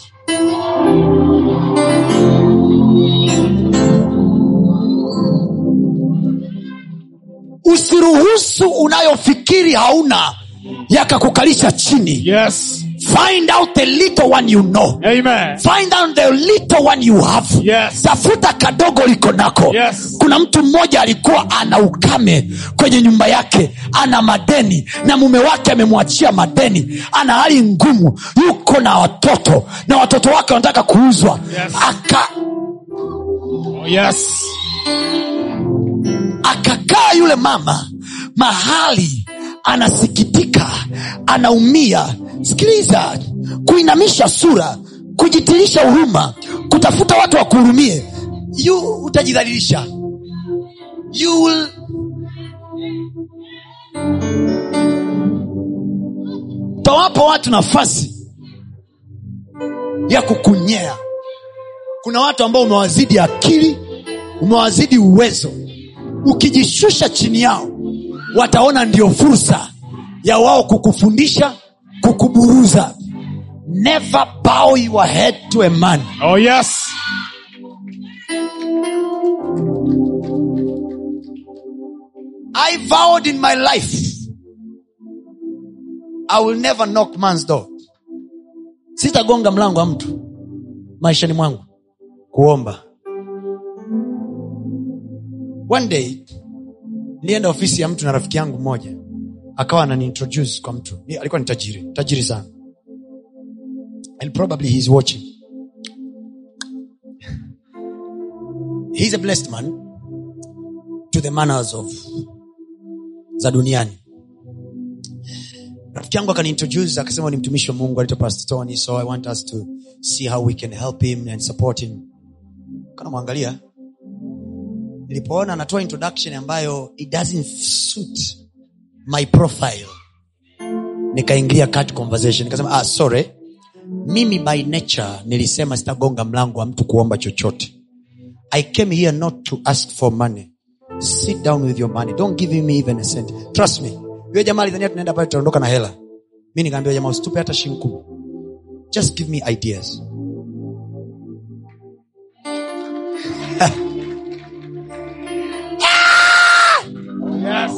Speaker 2: usiruhusu unayofikiri hauna yakakukalisha chini
Speaker 3: Yes.
Speaker 2: find out the little one you know
Speaker 3: Amen.
Speaker 2: find out the little one you have
Speaker 3: Yes.
Speaker 2: tafuta kadogo liko nako
Speaker 3: Yes.
Speaker 2: kuna mtu mmoja alikuwa ana ukame kwenye nyumba yake ana madeni na mume wake amemwachia madeni ana hali ngumu yuko na watoto na watoto wake wanataka kuuzwa
Speaker 3: Yes.
Speaker 2: aka
Speaker 3: Oh yes.
Speaker 2: akakaa yule mama mahali anasikitika anaumia sikiliza kuinamisha sura kujitirisha huruma kutafuta watu wakuhurumie yu utajidhalilisha you will... tawapa watu nafasi ya kukunyea kuna watu ambao umewazidi akili umewazidi uwezo ukijishusha chini yao wataona ndio fursa ya wao kukufundisha kukuburuza never bow your head to a man
Speaker 3: Oh yes.
Speaker 2: i vowed in my life i will never knock man's door sitagonga mlango wa mtu maishani mwangu kuomba one day nilienda ofisi ya mtu na rafiki yangu mmoja akawa ananiintroduce kwa mtu Ni- alikuwa ni tajiri tajiri sana and probably he's watching he's a blessed man to the manners of za duniani rafiki yangu akaniintroduce akasema ni mtumishi wa mungu alito pastor tony so i want us to see how we can help him and support him kanamwangalia nilipoona anatoa introduction ambayo it doesn't suit my profile nikaingia cut conversation nikasema ah, sorry mimi by nature nilisema sitagonga mlango wa mtu kuomba chochote i came here not to ask for money sit down with your money don't give me even a cent trust me huyo jamaa alidhania tunaenda pale tutaondoka na hela mi nikaambia jamaa usitupe hata shilingi kumi just give me ideas
Speaker 3: Yes.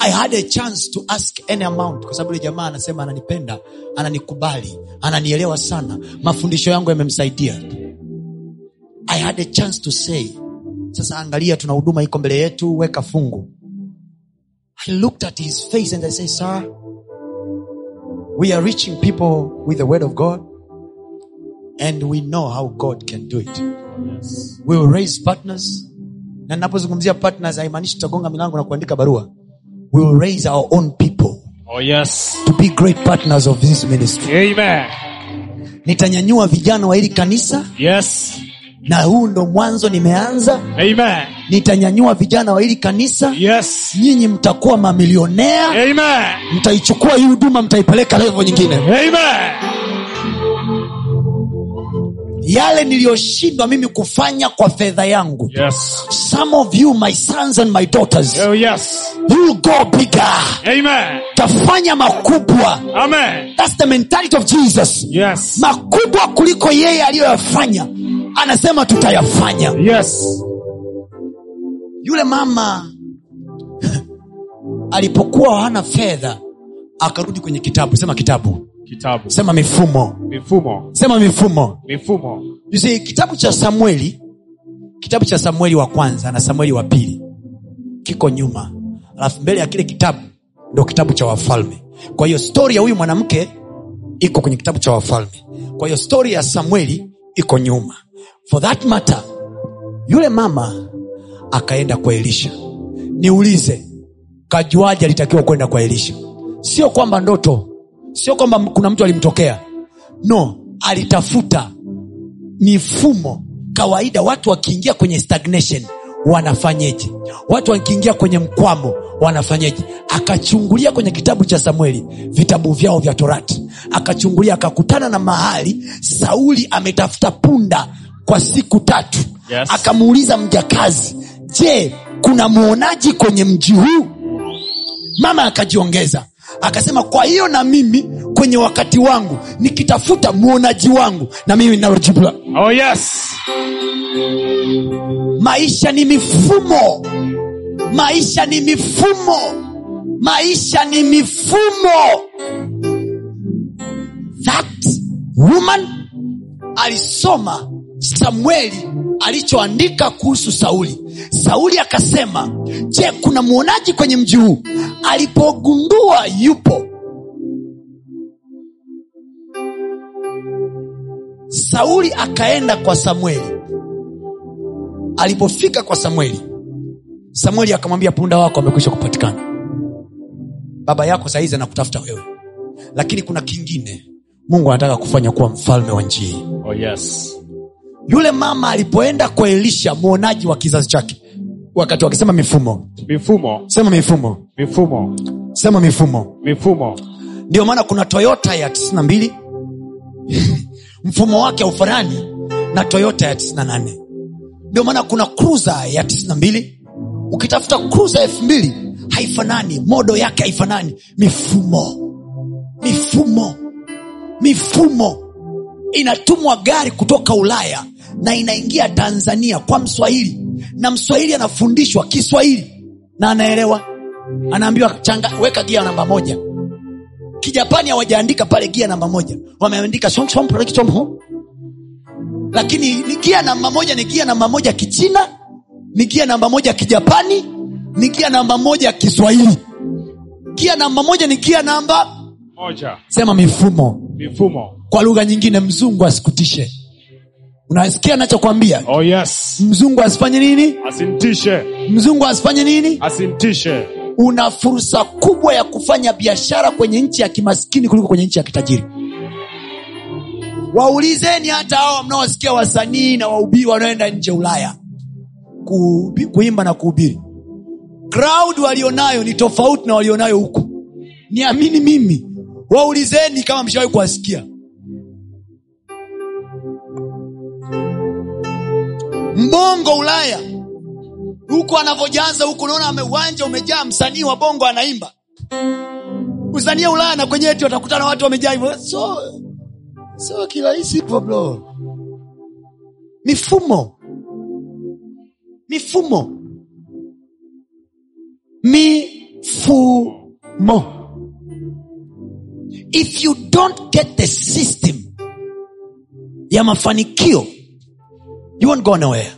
Speaker 2: I had a chance to ask any amount kwa sababu yule jamaa anasema ananipenda, ananikubali, ananielewa sana, mafundisho yangu yamemsaidia. I had a chance to say, sasa angalia, tuna huduma iko mbele yetu, weka fungu. I looked at his face and I say, sir, we are reaching people with the word of God and we know how God can do it.
Speaker 3: Yes.
Speaker 2: we will raise partners na ninapozungumzia partners haimaanishi tutagonga milango na kuandika barua we will raise our own people
Speaker 3: Oh yes.
Speaker 2: to be great partners of this ministry
Speaker 3: Amen.
Speaker 2: nitanyanyua vijana wa hili kanisa
Speaker 3: Yes.
Speaker 2: na huu ndo mwanzo nimeanza
Speaker 3: Amen.
Speaker 2: nitanyanyua vijana wa hili kanisa
Speaker 3: Yes.
Speaker 2: nyinyi mtakuwa mamilionea
Speaker 3: Amen.
Speaker 2: mtaichukua hii huduma mtaipeleka levo nyingine
Speaker 3: Amen.
Speaker 2: yale niliyoshindwa mimi kufanya kwa fedha yangu
Speaker 3: Yes.
Speaker 2: some of you my sons and my daughters
Speaker 3: Oh yes.
Speaker 2: you go bigger
Speaker 3: Amen.
Speaker 2: tafanya makubwa
Speaker 3: Amen.
Speaker 2: That's the mentality of jesus
Speaker 3: Yes.
Speaker 2: makubwa kuliko yeye aliyoyafanya anasema tutayafanya
Speaker 3: Yes.
Speaker 2: yule mama alipokuwa hana fedha akarudi kwenye kitabu sema kitabu
Speaker 3: Kitabu.
Speaker 2: sema mifumo
Speaker 3: Mifumo.
Speaker 2: sema mifumo
Speaker 3: Mifumo.
Speaker 2: you see, kitabu cha samueli kitabu cha samueli wa kwanza na samueli wa pili kiko nyuma alafu mbele ya kile kitabu ndo kitabu cha wafalme kwa hiyo stori ya huyu mwanamke iko kwenye kitabu cha wafalme kwa hiyo stori ya samueli iko nyuma for that matter yule mama akaenda kwa elisha niulize kajuaji alitakiwa kwenda kwa elisha sio kwamba ndoto sio kwamba m- kuna mtu alimtokea no alitafuta mifumo kawaida watu wakiingia kwenye stagnation wanafanyeje watu wakiingia kwenye mkwamo wanafanyeje akachungulia kwenye kitabu cha samueli vitabu vyao vya torati akachungulia akakutana na mahali sauli ametafuta punda kwa siku tatu
Speaker 3: Yes.
Speaker 2: akamuuliza mjakazi je kuna mwonaji kwenye mji huu mama akajiongeza akasema kwa hiyo na mimi kwenye wakati wangu nikitafuta mwonaji wangu na mimi ninalojibu la-
Speaker 3: Oh yes.
Speaker 2: maisha ni mifumo maisha ni mifumo maisha ni mifumo that woman alisoma samueli alichoandika kuhusu sauli sauli akasema je kuna mwonaji kwenye mji huu alipogundua yupo sauli akaenda kwa samueli alipofika kwa samueli samueli akamwambia punda wako amekwisha kupatikana baba yako sahizi anakutafuta wewe lakini kuna kingine mungu anataka kufanya kuwa mfalme wa njii
Speaker 3: Oh yes.
Speaker 2: yule mama alipoenda kwa elisha mwonaji wa kizazi chake wakati wakisema mifumo
Speaker 3: Mifumo.
Speaker 2: sema mifumo
Speaker 3: Mifumo.
Speaker 2: sema mifumo
Speaker 3: Mifumo.
Speaker 2: ndio maana kuna toyota ya 92 mfumo wake haufanani na toyota ya 98 ndio maana kuna cruza ya 92 ukitafuta cruza 2000 haifanani modo yake haifanani mifumo mifumo mifumo inatumwa gari kutoka ulaya na inaingia tanzania kwa mswahili na mswahili anafundishwa kiswahili na anaelewa anaambiwa changa, weka gia namba moja kijapani hawajaandika pale gia namba moja wameandika som- som- product som- home. lakini ni gia namba moja ni gia namba moja kichina ni gia namba moja kijapani ni gia namba moja kiswahili gia namba moja ni gia namba
Speaker 3: Moja.
Speaker 2: sema mifumo
Speaker 3: Mifumo.
Speaker 2: kwa lugha nyingine mzungu asikutishe unasikia anachokwambia
Speaker 3: Oh yes.
Speaker 2: mzungu asifanye nini
Speaker 3: Asimtishe.
Speaker 2: mzungu asifanye nini
Speaker 3: Asimtishe.
Speaker 2: una fursa kubwa ya kufanya biashara kwenye nchi ya kimaskini kuliko kwenye nchi ya kitajiri waulizeni hata hawa mnaowasikia wasanii na waubii wanaoenda nje ulaya kubi- kuimba na kuhubiri crowd walionayo ni tofauti na walionayo huku niamini mimi waulizeni kama mshawahi kuwasikia mbongo ulaya huku anavyojaza huku unaona ame- uwanja umejaa msanii wa bongo anaimba usanii ulaya na kwenye eti watakutana watu wamejaa hivyo so sio kirahisi pablo mifumo mifumo mifumo if you don't get the system ya mafanikio you won't go nowhere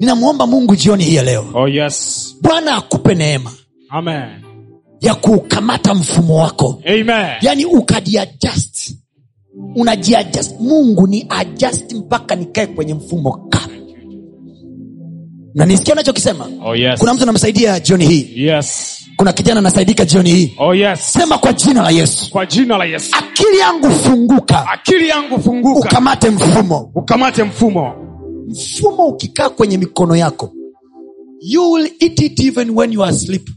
Speaker 2: ninamwomba mungu jioni hii ya leo
Speaker 3: Oh yes.
Speaker 2: bwana akupe neema
Speaker 3: Amen.
Speaker 2: ya kuukamata mfumo wako Yaani
Speaker 3: Amen.
Speaker 2: yani ukajiadjust unajiadjust mungu ni adjust mpaka nikae kwenye mfumo ka na nisikia nachokisema
Speaker 3: Oh, yes.
Speaker 2: kuna mtu anamsaidia jioni hii
Speaker 3: Yes.
Speaker 2: kuna kijana anasaidika jioni hii
Speaker 3: Oh, yes.
Speaker 2: sema kwa jina la yesu
Speaker 3: Kwa jina la Yesu.
Speaker 2: akili yangu funguka
Speaker 3: Akili yangu funguka.
Speaker 2: ukamate mfumo
Speaker 3: Ukamate mfumo.
Speaker 2: mfumo ukikaa kwenye mikono yako you will eat it even when you are asleep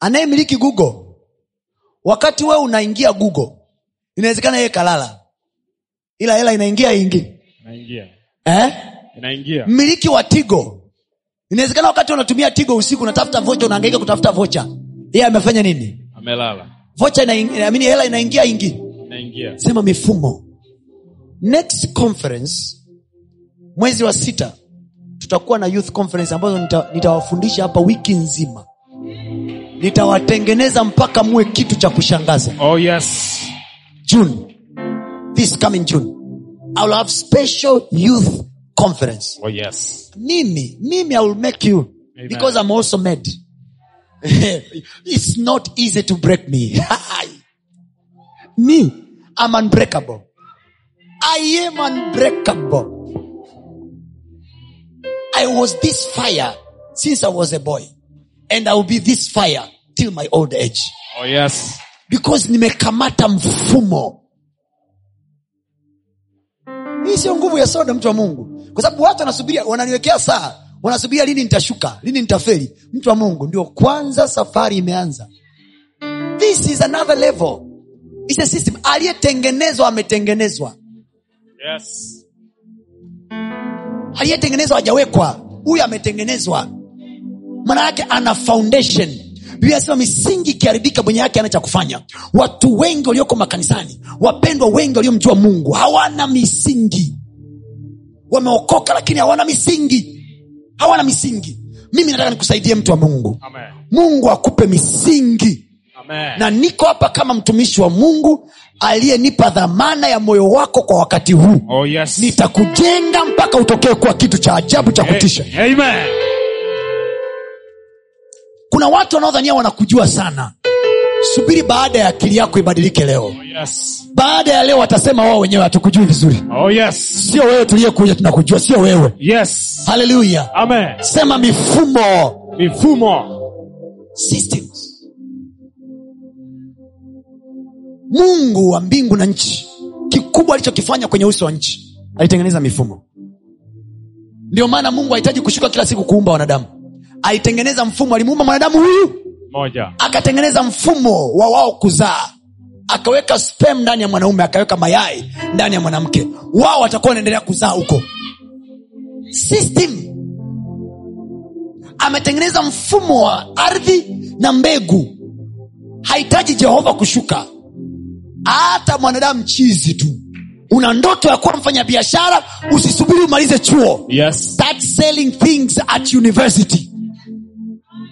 Speaker 2: anayemiliki google wakati wewe unaingia google inawezekana yeye kalala ila hela inaingia ingi
Speaker 3: Inaingia.
Speaker 2: eh?
Speaker 3: Inaingia.
Speaker 2: mmiliki wa tigo inawezekana wakati unatumia tigo usiku unatafuta vocha unaangaika kutafuta vocha yeye amefanya nini
Speaker 3: Amelala.
Speaker 2: vocha inaing- amini hela inaingia ingi
Speaker 3: Inaingia.
Speaker 2: sema mifumo next conference mwezi wa sita tutakuwa na youth conference ambazo nita- nitawafundisha hapa wiki nzima nitawatengeneza mpaka muwe kitu cha kushangaza
Speaker 3: Oh, yes.
Speaker 2: june this coming june I will have special youth conference
Speaker 3: Oh, yes.
Speaker 2: mimi mimi i will make you
Speaker 3: Amen.
Speaker 2: because i'm also made it's not easy to break me me i'm unbreakable i am unbreakable i was this fire since i was a boy and i will be this fire till my old age
Speaker 3: Oh, yes.
Speaker 2: because nimekamata mfumo hii sio nguvu ya soda mtu wa mungu kwa sababu watu wanasubiria wananiwekea saa wanasubiria lini nitashuka lini nitafeli mtu wa mungu ndio kwanza safari imeanza this is another level It's a system aliyetengenezwa ametengenezwa
Speaker 3: Yes.
Speaker 2: aliyetengenezwa hajawekwa huyu ametengenezwa maana yake ana foundation biblia anasema misingi ikiharibika mwenye yake ana cha kufanya watu wengi walioko makanisani wapendwa wengi waliomjua mungu hawana misingi wameokoka lakini hawana misingi hawana misingi mimi nataka nikusaidie mtu wa mungu
Speaker 3: Amen.
Speaker 2: mungu akupe misingi
Speaker 3: Amen.
Speaker 2: na niko hapa kama mtumishi wa mungu aliyenipa dhamana ya moyo wako kwa wakati huu
Speaker 3: Oh, yes.
Speaker 2: nitakujenga mpaka utokee kuwa kitu cha ajabu cha kutisha
Speaker 3: Hey, amen.
Speaker 2: kuna watu wanaodhania wanakujua sana subiri baada ya akili yako ibadilike leo
Speaker 3: Oh, yes.
Speaker 2: baada ya leo watasema wao wenyewe hatukujui vizuri
Speaker 3: Oh, yes.
Speaker 2: sio wewe tuliyekuja tunakujua sio wewe
Speaker 3: Yes.
Speaker 2: haleluya
Speaker 3: Amen.
Speaker 2: sema mifumo
Speaker 3: Mifumo.
Speaker 2: systems mungu wa mbingu na nchi kikubwa alichokifanya kwenye uso wa nchi alitengeneza mifumo ndio maana mungu hahitaji kushuka kila siku kuumba wanadamu alitengeneza mfumo alimuumba mwanadamu huyu
Speaker 3: Moja.
Speaker 2: akatengeneza mfumo wa wao kuzaa akaweka sperm ndani ya mwanaume akaweka mayai ndani ya mwanamke wao watakuwa wanaendelea kuzaa huko system ametengeneza mfumo wa ardhi na mbegu hahitaji jehova kushuka hata mwanadamu chizi tu una ndoto ya kuwa mfanya biashara usisubiri umalize chuo
Speaker 3: Yes.
Speaker 2: start selling things at university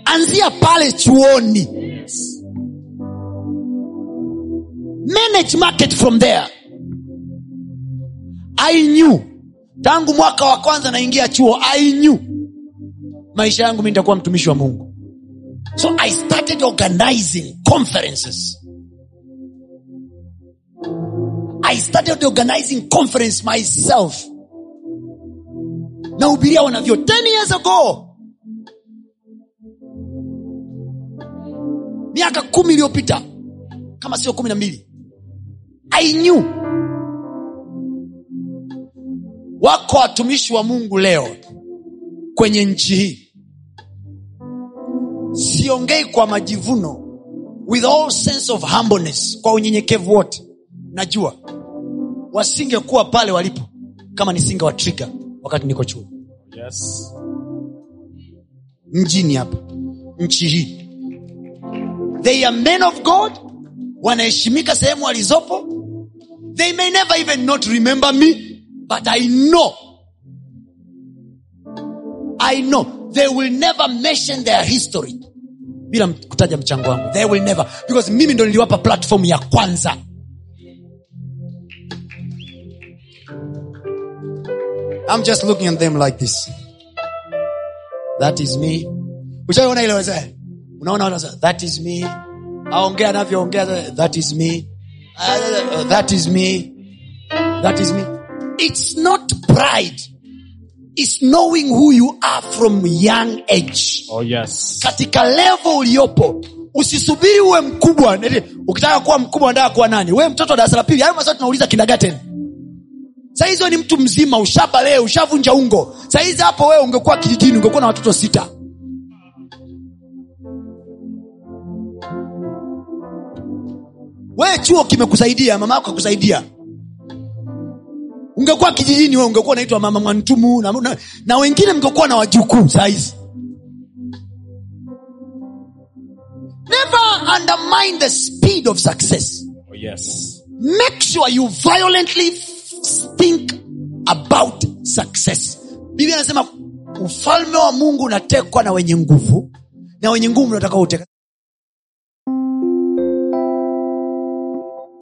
Speaker 2: anzia pale chuoni manage market from there i knew tangu mwaka wa kwanza naingia chuo i knew maisha yangu mi nitakuwa mtumishi wa mungu so i started organizing conferences i started organizing conference myself nahubiria wanavyo 10 years ago miaka kumi iliyopita kama sio kumi na mbili I knew. wako watumishi wa mungu leo kwenye nchi hii siongei kwa majivuno with all sense of humbleness kwa unyenyekevu wote najua wasingekuwa pale walipo kama nisinge wa trigger wakati niko chuo
Speaker 3: Oh, Yes.
Speaker 2: mjini hapa nchi hii they are men of god wanaheshimika sehemu walizopo they may never even not remember me but i know i know they will never mention their history bila m- kutaja mchango wangu they will never because mimi ndo niliwapa platform ya kwanza I'm just looking at them like this that is me ushaiona ile wazee unaona wana- that is me aongea anavyoongea that is me Ah, that is me that is me it's not pride is knowing who you are from young age
Speaker 3: oh yes
Speaker 2: katika levo uliopo usisubiri uwe mkubwa Eti, ukitaka kuwa mkubwa unataka kuwa nani wewe mtoto wa darasa la pili hayo maswali tunauliza kindagateni sahizi ni mtu mzima ushabalee ushavunja ungo sahizi hapo wewe ungekuwa kijijini ungekuwa na watoto sita wewe chuo kimekusaidia mama yako akusaidia ungekuwa kijijini wewe ungekuwa unaitwa mama mwantumu na, na, na wengine mngekuwa na wajukuu sahizi never undermine the speed of success
Speaker 3: oh yes
Speaker 2: make sure you violently f- think about success biblia anasema ufalme wa mungu unatekwa na wenye nguvu na wenye nguvu unataka uteka